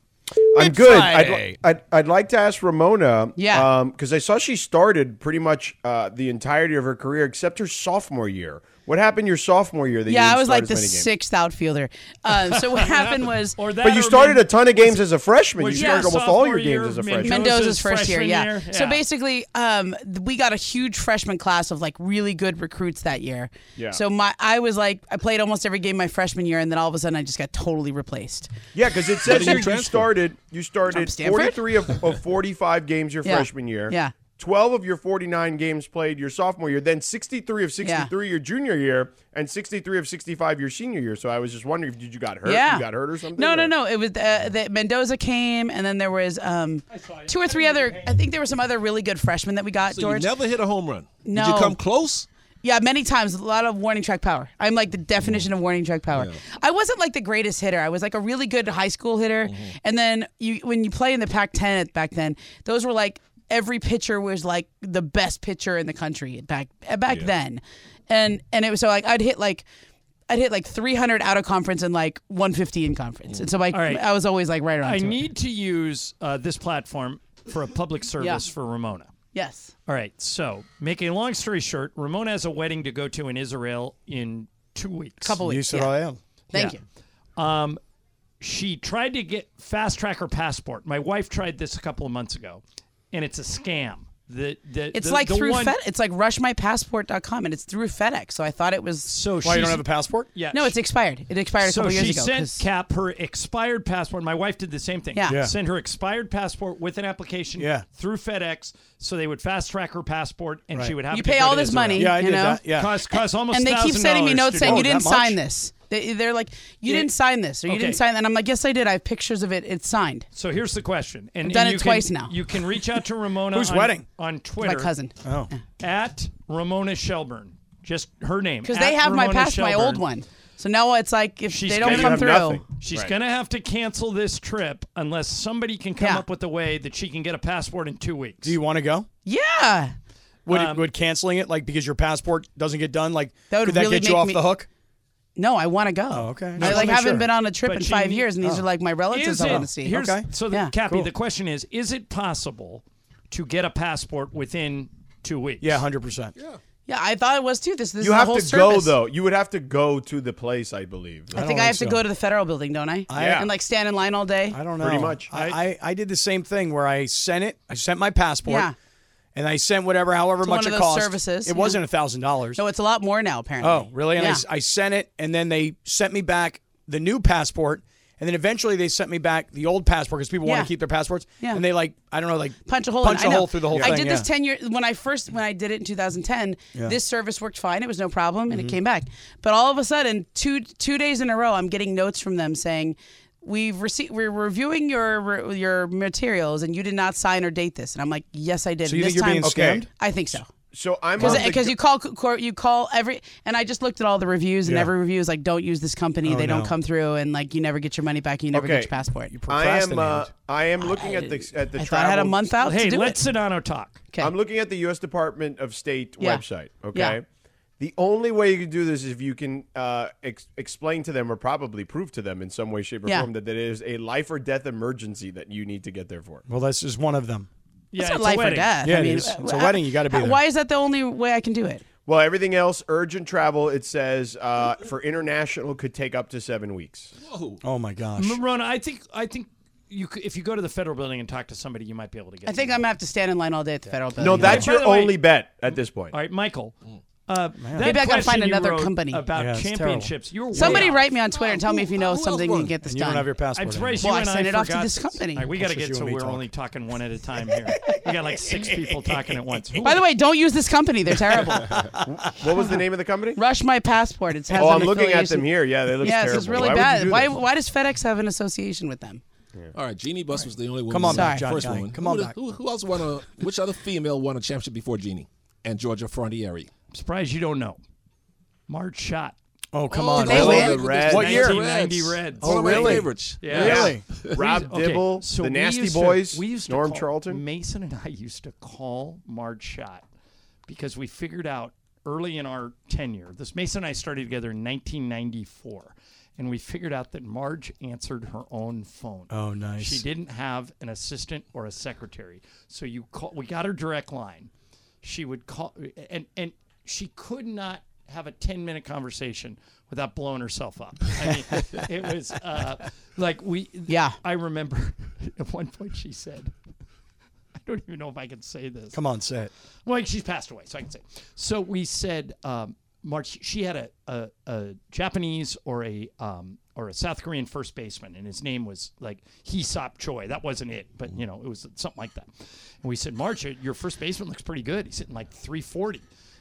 U: I'm good. I'd,
A: Friday.
U: li- I'd, I'd like to ask Ramona.
A: Yeah.
U: Because I saw she started pretty much uh, the entirety of her career except her sophomore year. What happened your sophomore year? That you
D: yeah,
U: didn't
D: I was
U: start
D: like
U: as
D: the
U: many games?
D: sixth outfielder. Uh, so what happened was,
A: or
U: But you started a ton of games as a freshman. You
D: was
U: started
D: your
U: almost all your
D: sophomore
U: games
D: year
U: as a
D: of
U: freshman.
D: Mendoza's first year,
U: freshman
D: yeah.
U: year?
D: So
U: Yeah.
D: basically, um, th- we got a huge freshman class of like really good recruits that year.
U: Yeah.
D: So my, I was like, I played almost every game my freshman year, and then all of a sudden, I just got totally replaced.
U: Yeah, because it
D: Where
U: says
D: did
U: here
D: you
U: you,
D: transfer?
U: started you started
D: Stanford?
U: 43 of, of 45 games your
D: Yeah.
U: freshman year.
D: Yeah.
U: 12 of your 49 games played your sophomore year, then 63 of 63 your junior year, and 63 of 65 your senior year. So I was just wondering if did you got hurt?
D: Yeah.
U: You got hurt or something?
D: No,
U: or-
D: no, no. It was uh, that Mendoza came, and then there was um, two or three other. I think there were some other really good freshmen that we got.
B: So
D: George
B: you never hit a home run. Did
D: No.
B: you come close?
D: Yeah, many times. A lot of warning track power. I'm like the definition of warning track power. I wasn't like the greatest hitter. I was like a really good high school hitter.
B: Mm-hmm.
D: And then you, when you play in the Pac-10 at- back then, those were like every pitcher was like the best pitcher in the country back back then, and and it was so like I'd hit like. I'd hit like 300 out of conference and like 150 in conference, and so like
A: All right.
D: I was always like right around.
A: I
D: to it.
A: need to use uh, this platform for a public service for Ramona.
D: yes.
A: All right. So, making a long story short, Ramona has a wedding to go to in Israel in two weeks.
D: Couple weeks, Yes, yeah. I am. Thank
A: you. Um, she tried to get fast track her passport. My wife tried this a couple of months ago, and it's a scam. The, the,
D: It's
A: the-
D: like
A: the
D: through
A: one-
D: Fed, it's like rushmypassport.com and it's through FedEx. So I thought it was
A: So Why, you don't she's- have a passport? Yeah.
D: No, it's expired. It expired a
A: so
D: couple years
A: she
D: ago.
A: sent
D: 'cause-
A: Cap her expired passport. My wife did the same thing.
D: Yeah. Yeah.
A: Send her expired passport with an application
D: Yeah.
A: through FedEx so they would fast track her passport and she
D: Right.
A: would have
D: You
A: to
D: pay
A: go
D: all
A: to
D: this
A: Israel.
D: money, Yeah, I you did know? that, yeah.
A: Cost, cost almost
D: and they keep sending me
A: $1,000
D: notes
A: to
D: saying
A: do
D: you
A: Oh, that.
D: didn't sign this. They, they're like, you didn't sign this, or you
A: okay.
D: didn't sign that. And I'm like, yes, I did. I have pictures of it. It's signed.
A: So here's the question. And,
D: I've done
A: and you
D: it twice
A: can,
D: now.
A: You can reach out to Ramona
D: Whose
A: on,
D: wedding?
A: on Twitter.
D: cousin.
A: Oh. At Ramona Shelburne. Just her name.
D: Because
A: at
D: they have my
A: Ramona
D: past, my old
A: Shelburne.
D: one. So now it's like if
A: She's
D: they don't
A: gonna
D: come through,
A: She's gonna have to cancel this trip unless somebody can come up with a way that she can get a passport in two weeks.
V: Do you want to go?
D: Yeah.
V: Would
A: Um,
V: would canceling it like because your passport doesn't get done like
D: That would
V: could that
D: really
V: get you
D: make
V: off
D: me-
V: the hook?
D: No, I want to go.
V: okay.
D: I
V: Just
D: like
V: wanna make
D: haven't
V: sure.
D: been on a trip
A: But
D: in
A: she
D: five
A: need-
D: years, and these
A: Oh.
D: are like my relatives
A: Is
D: I want
A: it-
D: to see.
A: Here's, So, the,
D: yeah.
A: Cappy, the question is: Is it possible to get a passport within two weeks?
V: Yeah, hundred percent. Yeah.
D: yeah, I thought it was too. This, this
U: you
D: is
U: have
D: the whole
U: to go
D: service.
U: though. You would have to go to the place, I believe.
D: I, think I have to go to the federal building, don't I?
V: I- Yeah.
D: And like stand in line all day. I
V: don't know. I, I I did the same thing where I sent it. I sent my passport.
D: Yeah.
V: And I sent whatever, however
D: To
V: much
D: one of
V: it
D: those
V: cost.
D: services,
V: It
D: yeah.
V: wasn't a thousand dollars.
D: No, it's a lot more now apparently.
V: Oh, really? And I
D: yeah.
V: s- I, sent it, and then they sent me back the new passport, and then eventually they sent me back the old passport because people
D: Yeah.
V: want to keep their passports.
D: Yeah.
V: And they like, I don't know, like
D: punch a hole.
V: punch
D: in, I
V: a
D: know.
V: hole through the whole
D: I
V: thing.
D: did
V: yeah.
D: this ten years when I first when I did it in 2010.
V: Yeah.
D: This service worked fine. It was no problem,
U: Mm-hmm.
D: and it came back. But all of a sudden, two two days in a row, I'm getting notes from them saying. We've received. We're reviewing your your materials, and you did not sign or date this. And I'm like, yes, I did.
U: So
D: And
U: you
D: this
U: think you're
D: time,
U: being Okay. scammed?
D: I think so.
U: So I'm on the
D: Because you call c- cor- you call every, and I just looked at all the reviews, and
U: Yeah.
D: every review is like, don't use this company.
U: Oh,
D: they don't
U: no.
D: come through, and like you never get your money back, and you never
U: okay.
D: get your passport.
U: I am. Uh, I am looking at the at the.
D: I
U: travel.
D: thought I had a month out to Hey, do let it.
A: Sedano talk.
U: I'm looking at the U.S. Department of State
D: Yeah.
U: website.
D: Yeah.
U: Okay. The only way you can do this is if you can uh, ex- explain to them or probably prove to them in some way, shape, or
D: Yeah.
U: form that it is a life or death emergency that you need to get there for.
V: Well, that's just one of them.
D: Yeah,
U: it's
D: it's
U: a
D: not life or
U: wedding.
D: death.
U: Yeah,
D: I
U: it
D: mean,
U: is. It's a
D: uh,
U: wedding. You gotta be
D: uh,
U: there.
D: Why is that the only way I can do it?
U: Well, everything else, urgent travel, it says uh, for international could take up to seven weeks.
A: Whoa.
V: Oh my gosh.
A: Marona, I think I think you could, if you go to the federal building and talk to somebody, you might be able to get.
D: I think I'm gonna have to stand in line all day at the federal building.
U: No, that's
A: By
U: your
A: the way-
U: only bet at this point.
A: All right, Michael.
V: Mm.
A: Uh, that
D: Maybe I gotta
A: question
D: find
A: you
D: another
A: wrote
D: company
A: about championships. You're way
D: somebody
A: off.
D: write me on Twitter and tell me if you know something you can get this
V: And you
D: done.
V: don't have your passport
A: I'm surprised
D: Well,
A: you
D: I
A: and
D: sent it off to
A: forgot
D: this company.
A: All right, we got to
V: That's just
A: get
V: you
A: so
V: and me
A: we're
V: talking.
A: only talking one at a time here. we got like six people talking at once. Who
D: By the way, don't use this company; they're terrible.
U: what was the name of the company?
D: Rush my passport. It has
U: Oh,
D: an
U: I'm looking at
D: affiliation-
U: them here. Yeah, they look
D: yeah,
U: terrible.
D: this is really
U: Why would you
D: bad.
U: do
D: why?
U: this?
D: Why does FedEx have an association with them?
B: All right, Jeannie Buss was the only woman.
D: Come on
B: in
D: back,
B: the
D: John
B: first
D: Guy.
B: woman.
D: Come
B: who
D: on
B: did-
D: back.
B: Who, who else won a? Which other female won a championship before Jeannie and Georgia Frontieri?
A: I'm surprised you don't know. Marge Schott.
V: Oh,
B: come Oh, on, they really? win? The Reds.
A: What
B: What
A: year?
B: year?
A: 1990
B: Reds.
A: Reds.
B: Oh, One of my really? favorites.
A: Yeah.
B: Really?
A: Yeah.
U: Rob
A: We- okay,
U: Dibble,
A: so
U: the
A: we
U: Nasty
A: used to-
U: Boys,
A: we used to
U: Norm
A: call-
U: Charlton.
A: Mason and I used to call Marge Schott because we figured out early in our tenure, this Mason and I started together in 1994, and we figured out that Marge answered her own phone.
V: Oh, nice.
A: She didn't have an assistant or a secretary. So you call, we got her direct line. She would call, and and she could not have a ten minute conversation without blowing herself up. I mean, it was uh, like we. Yeah. I remember at one point she said, "I don't even know if I can say this."
V: Come on, say it.
A: Well, she's passed away, so I can say. So we said, um, March. She had a, a, a Japanese or a um, or a South Korean first baseman, and his name was like Hesop Choi. That wasn't it, but you know, it was something like that. And we said, March, your first baseman looks pretty good. He's hitting like 340.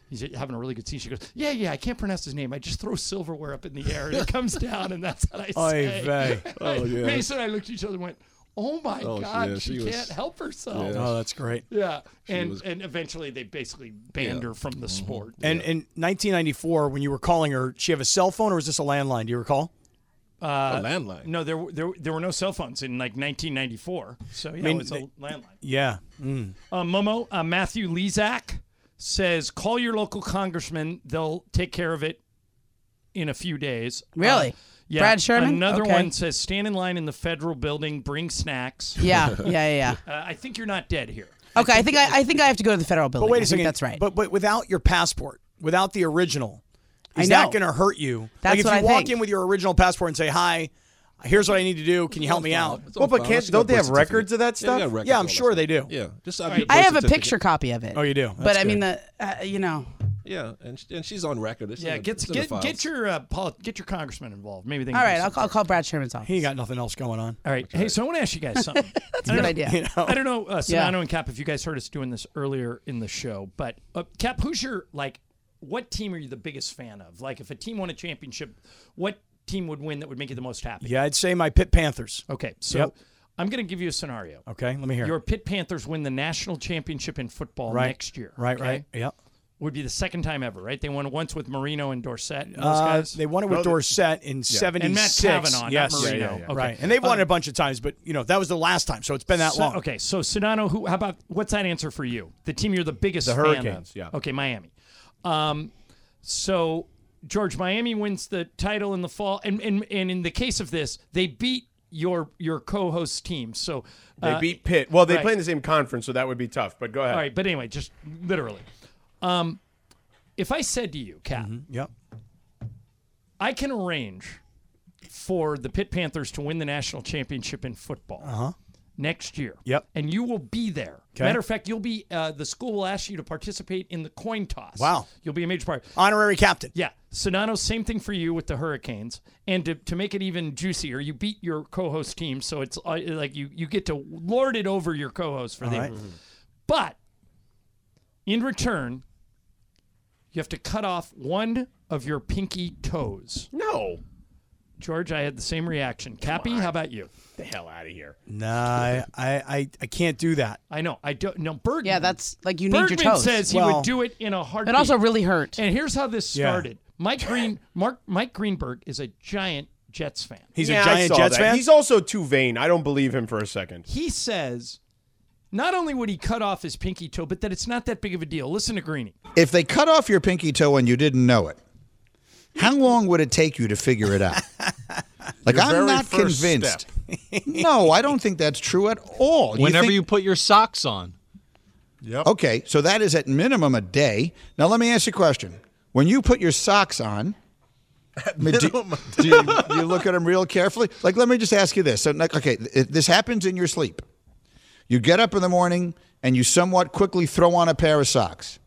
A: He's having a really good season. She goes, Yeah, yeah, I can't pronounce his name. I just throw silverware up in the air and it comes down, and that's what I
V: Oy
A: say.
V: vey. Oh, yeah.
A: Mason and I looked at each other and went, Oh my
V: Oh,
A: God,
V: yeah,
A: she,
V: she was-
A: can't help herself.
V: Yeah. Oh, that's great.
A: Yeah.
V: She
A: And,
V: was- Mm-hmm.
A: and eventually they basically banned her from the sport.
V: And in 1994, when you were calling her, she have a cell phone or was this a landline? Do you recall?
A: Uh,
V: A landline.
A: No, there, were- there there were no cell phones in like 1994. So yeah,
V: mean,
A: it was a
V: they-
A: landline.
V: Yeah. Mm.
A: Uh, Momo, uh, Matthew Lezak says, call your local congressman. They'll take care of it in a few days.
D: Really?
A: Uh, yeah.
D: Brad Sherman?
A: Another
D: Okay.
A: one says, stand in line in the federal building, bring snacks.
D: Yeah, yeah, yeah,
A: Uh, I think you're not dead here.
D: Okay, I think I, I think I have to go to the federal building.
V: But wait
D: I
V: a
D: think
V: second.
D: That's right.
V: But but without your passport, without the original,
D: I
V: is that
D: know.
V: going to hurt you?
D: That's
V: like if
D: what
V: you
D: I
V: walk
D: think.
V: in with your original passport and say, "Hi, here's what I need to do. Can you help me out?"
U: Well, but can't don't they have records of that stuff?
V: Yeah, I'm sure they do.
B: Yeah, just out of your
D: I
B: birth
D: have a
B: certificate.
D: picture copy of it.
V: Oh, you do?
D: But
B: That's
D: I mean,
B: good.
D: the uh, you know,
B: Yeah, and, sh- and she's on record. It's
A: Yeah,
B: in the-
A: get
B: it's in the
A: get,
B: files.
A: get your uh, poli- get your congressman involved. Maybe they.
D: all right, I'll, call- I'll call Brad Sherman's office.
V: He ain't got nothing else going on.
A: All right. Hey, so I want to ask you guys something.
D: That's
A: I don't
D: a good
A: know-
D: idea.
V: You know?
A: I don't know, uh,
V: Yeah.
A: Sonano and Cap, if you guys heard us doing this earlier in the show, but uh, Cap, who's your like? What team are you the biggest fan of? Like, if a team won a championship, what team would win that would make you the most happy?
V: Yeah, I'd say my Pit Panthers.
A: Okay, so
V: Yep.
A: I'm going to give you a scenario.
V: Okay, let me hear. it.
A: Your Pitt Panthers win the national championship in football
V: Right.
A: next year.
V: Right,
A: okay?
V: right. Yep.
A: Would be the second time ever, right? They won once with Marino and Dorset. And those
V: Uh,
A: guys.
V: they won it with Dorset in '76.
A: And Matt Kavanaugh, not
V: yes,
A: Marino. Okay.
V: right. And they've
A: Uh,
V: won it a bunch of times, but you know that was the last time, so it's been that
A: So-
V: long.
A: Okay, so Sedano, who? How about what's that answer for you? The team you're the biggest
V: The
A: fan
V: Hurricanes,
A: of.
V: yeah.
A: Okay, Miami. Um, so George, Miami wins the title in the fall, and and and in the case of this, they beat your your co-host team. So
U: They
A: uh,
U: beat Pitt. Well, they
A: right.
U: play in the same conference, so that would be tough. But go ahead.
A: All right, but anyway, just literally, um, if I said to you, Cap,
V: Mm-hmm. yep.
A: I can arrange for the Pitt Panthers to win the national championship in football
V: Uh-huh.
A: next year.
V: Yep.
A: And you will be there.
V: Okay.
A: Matter of fact, you'll be. Uh, the school will ask you to participate in the coin toss.
V: Wow.
A: You'll be a major part.
V: Honorary captain.
A: Yeah. Sonano, same thing for you with the Hurricanes. And to, to make it even juicier, you beat your co-host team, so it's uh, like you you get to lord it over your co-host for
V: All
A: the.
V: right.
A: But in return, you have to cut off one of your pinky toes.
U: No.
A: George, I had the same reaction. Cappy, how about you?
U: The hell out of here.
V: No, I, I, I- I can't do that.
A: I know. I don't. No, Bergman.
D: Yeah, that's like you need
A: Bergman
D: your toes.
A: says he would do it in a heartbeat.
D: It also really hurt.
A: And here's how this
D: Yeah.
A: started. Mike Green, Mark, Mike Greenberg is a giant Jets fan.
U: Yeah, I saw that. He's also too vain. I don't believe him for a second.
A: he says not only would he cut off his pinky toe, but that it's not that big of a deal. Listen to Greeny.
M: If they cut off your pinky toe and you didn't know it, how long would it take you to figure it out? Like,
F: Your
M: I'm
F: very
M: not
F: first
M: convinced. no, I don't think that's true at all.
F: Whenever
M: think-
F: you put your socks on.
M: Okay, so that is at minimum a day. Now, let me ask you a question. When you put your socks on, I mean, do, do you, do you look at them real carefully? Like, let me just ask you this. So, like, okay, th- this happens in your sleep. You get up in the morning and you somewhat quickly throw on a pair of socks.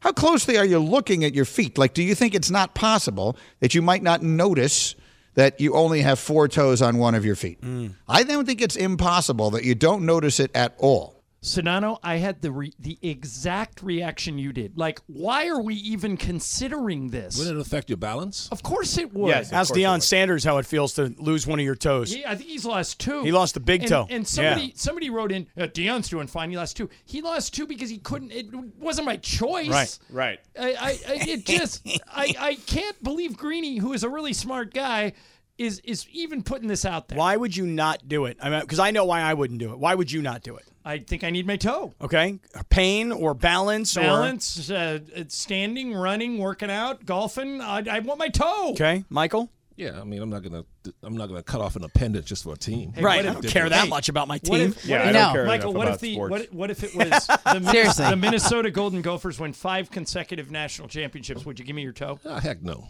M: How closely are you looking at your feet? Like, do you think it's not possible that you might not notice that you only have four toes on one of your feet? I don't think it's impossible that you don't notice it at all.
A: Sonano, I had the re- the exact reaction you did. Like, why are we even considering this?
B: Would it affect your balance?
A: Of course it would.
V: Ask Deion Sanders how it feels to lose one of your toes.
A: Yeah, I think he's lost two.
V: He lost the big
A: and,
V: toe.
A: And somebody
V: Yeah.
A: somebody wrote in, uh, Dion's doing fine. He lost two. He lost two because he couldn't. It wasn't my choice.
U: Right, right.
A: I, I, I it just I, I can't believe Greeny, who is a really smart guy, is is even putting this out there.
V: Why would you not do it? I mean, because I know why I wouldn't do it. Why would you not do it?
A: I think I need my toe.
V: Okay, pain or balance,
A: Balance, uh, it's standing, running, working out, golfing. I, I want my toe.
V: or okay, Michael.
B: Yeah, I mean, I'm not gonna, I'm not gonna cut off an appendage just for a team.
V: Hey, Right, what I if- don't care that much about my
A: What if-
B: team. Yeah,
A: what
B: I
A: if-
B: don't care
A: Michael,
B: enough
A: what
B: about
A: if the
B: sports.
A: what, what if it was the, Min-
B: Seriously.
A: the Minnesota Golden Gophers win five consecutive national championships? Would you give me your toe?
B: Oh, heck no.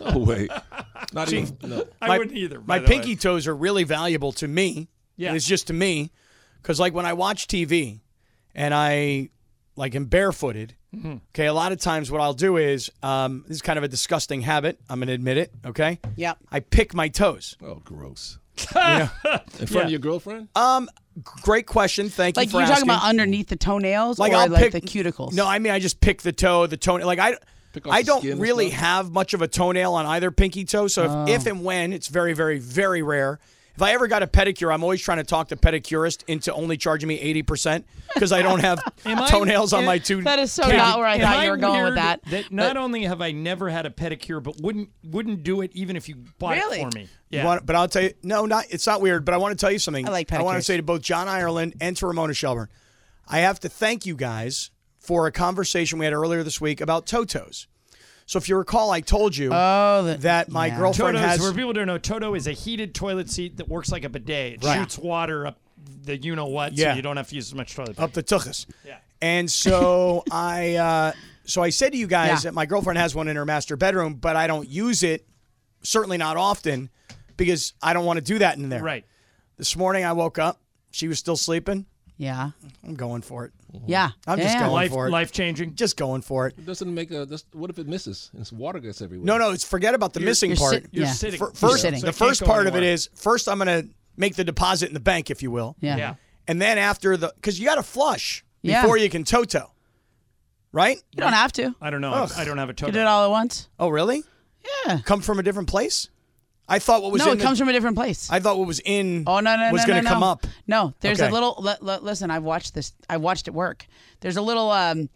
B: No way. Not
V: See,
B: even. No.
A: I
V: my-
A: wouldn't either.
V: My
A: by the way.
V: pinky toes are really valuable to me.
A: Yeah.
V: It's just to me. Because, like, when I watch TV and I, like, am barefooted,
A: Mhm.
V: okay, a lot of times what I'll do is, um, this is kind of a disgusting habit. I'm going to admit it, okay?
D: Yep.
V: I pick my toes.
B: Oh, gross.
V: In
B: front of your girlfriend?
V: Um, Great question. Thank
D: like
V: you for
D: you're talking
V: asking.
D: about underneath the toenails
V: like
D: or
V: I'll
D: like
V: pick
D: the cuticles.
V: No, I mean I just pick the toe, the toenail. Like I,
D: off
V: I
D: the
V: don't
D: skin and
V: really
D: stuff?
V: have much of a toenail on either pinky toe. So if,
D: Oh.
V: if and when it's very, very, very rare. If I ever got a pedicure, I'm always trying to talk the pedicurist into only charging me eighty percent because I don't have
A: Am I-
V: toenails on
A: am-
V: my two.
A: Am
D: I thought
A: am
D: you were going with
A: weird
D: that?
A: That not
D: But-
A: only have I never had a pedicure, but wouldn't wouldn't do it even if you bought
V: Really?
A: it for me.
V: You
A: Yeah.
V: want- but I'll tell you, no, not it's not weird. But I want to tell you something.
A: I like
V: I want to
A: pedicures.
V: say to both John Ireland and to Ramona Shelburne, I have to thank you guys for a conversation we had earlier this week about totos. So if you recall, I told you
A: Oh,
V: that my girlfriend
A: Toto's,
V: has
A: For people who don't know, Toto is a heated toilet seat that works like a bidet. It
V: Right.
A: shoots water up the you know what,
V: Yeah.
A: so you don't have to use as much toilet paper.
V: up the tuchus. And so I uh, so I said to you guys
A: Yeah.
V: that my girlfriend has one in her master bedroom, but I don't use it, certainly not often, because I don't want to do that in there.
A: Right.
V: This morning I woke up, she was still sleeping.
D: Yeah.
V: I'm going for it.
D: Yeah.
V: I'm just
D: Yeah.
V: going
D: Life-
V: for it.
A: Life changing.
V: Just going for it.
B: It doesn't make a. This, what if it misses? And some water gets everywhere.
V: No, no, it's forget about the
B: You're-
V: missing
B: you're
V: part.
B: sit- you're Yeah. sitting.
V: Fir-
B: You're
V: First,
B: sitting. So
V: the
B: it can't
V: first
B: go
V: part of it
B: anywhere.
V: is first I'm going to make the deposit in the bank, if you will.
B: Yeah. Yeah.
V: And then after the, because you got to flush
D: Yeah.
V: before you can toto, right?
D: You don't have to.
A: I don't know.
V: Ugh.
A: I don't have a
D: You do it all at once.
V: Oh, really?
D: Yeah.
V: Come from a different place? I thought what was in
D: no, it
V: the-
D: comes from a different place.
V: I thought what was in
D: oh no no
V: was
D: no,
V: going to
D: no,
V: come
D: no.
V: up.
D: No, there's
V: Okay.
D: a little. Li- li- listen, I've watched this. I watched it work. There's a little um,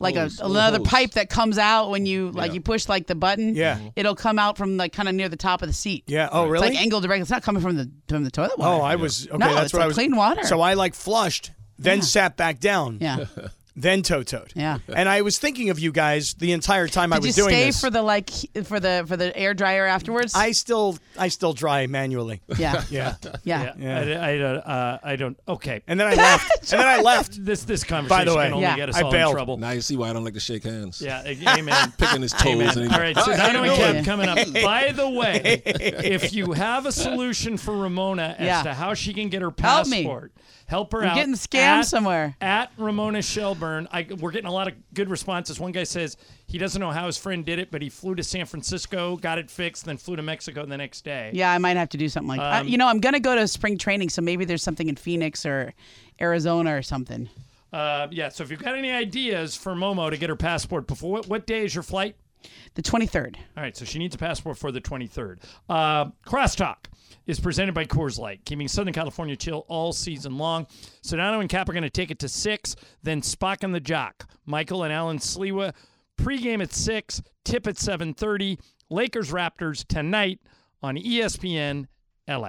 D: like
V: Hose,
D: a
V: little
D: another
V: hose.
D: pipe that comes out when you like
V: Yeah.
D: you push like the button.
V: Yeah. Mhm.
D: it'll come out from like kind of near the top of the seat.
V: Yeah. Oh, really?
D: It's like angled direct. It's not coming from the from the toilet water.
V: Oh, I was okay.
D: No,
V: that's
D: it's
V: what
D: like
V: I was.
D: clean water.
V: So I like flushed, then sat back down.
D: Yeah.
V: Then totoed.
D: Yeah.
V: And I was thinking of you guys the entire time I
D: Did
V: was
D: you
V: doing
D: stay
V: this.
D: for the like he- for the for the air dryer afterwards?
V: I still I still dry manually.
D: Yeah.
V: yeah.
D: Yeah.
V: Yeah.
A: I, I don't. Uh, I don't. Okay.
V: And then I left. and then I left.
A: This this conversation
V: By the way,
A: can only get us
V: I
A: all
V: bailed.
A: in trouble.
B: Now you see why I don't like to shake hands.
A: Yeah, a- amen.
B: Picking his toes.
A: Amen.
B: And he-
A: All right, so
B: Hi, how
A: Donovan
B: you doing?
A: Camp coming up. By the way, if you have a solution for Ramona as
D: Yeah.
A: to how she can get her
D: Help me.
A: passport, help her
D: I'm
A: out.
D: getting scammed
A: at-
D: somewhere.
A: At Ramona Shelburne, I, we're getting a lot of good responses. One guy says he doesn't know how his friend did it, but he flew to San Francisco, got it fixed, then flew to Mexico the next day.
D: Yeah, I might have to do something like that.
A: Um,
D: you know, I'm going to go to spring training, so maybe there's something in Phoenix or Arizona or something.
A: Uh, yeah. So if you've got any ideas for Momo to get her passport before, what, what day is your flight?
D: The 23rd.
A: All right, so she needs a passport for the 23rd. Uh, Crosstalk is presented by Coors Light, keeping Southern California chill all season long. Sedano and Cap are going to take it to six, then Spock and the Jock. Michael and Alan Sliwa pregame at six, E tip at 7:30. Lakers Raptors tonight on ESPN LA.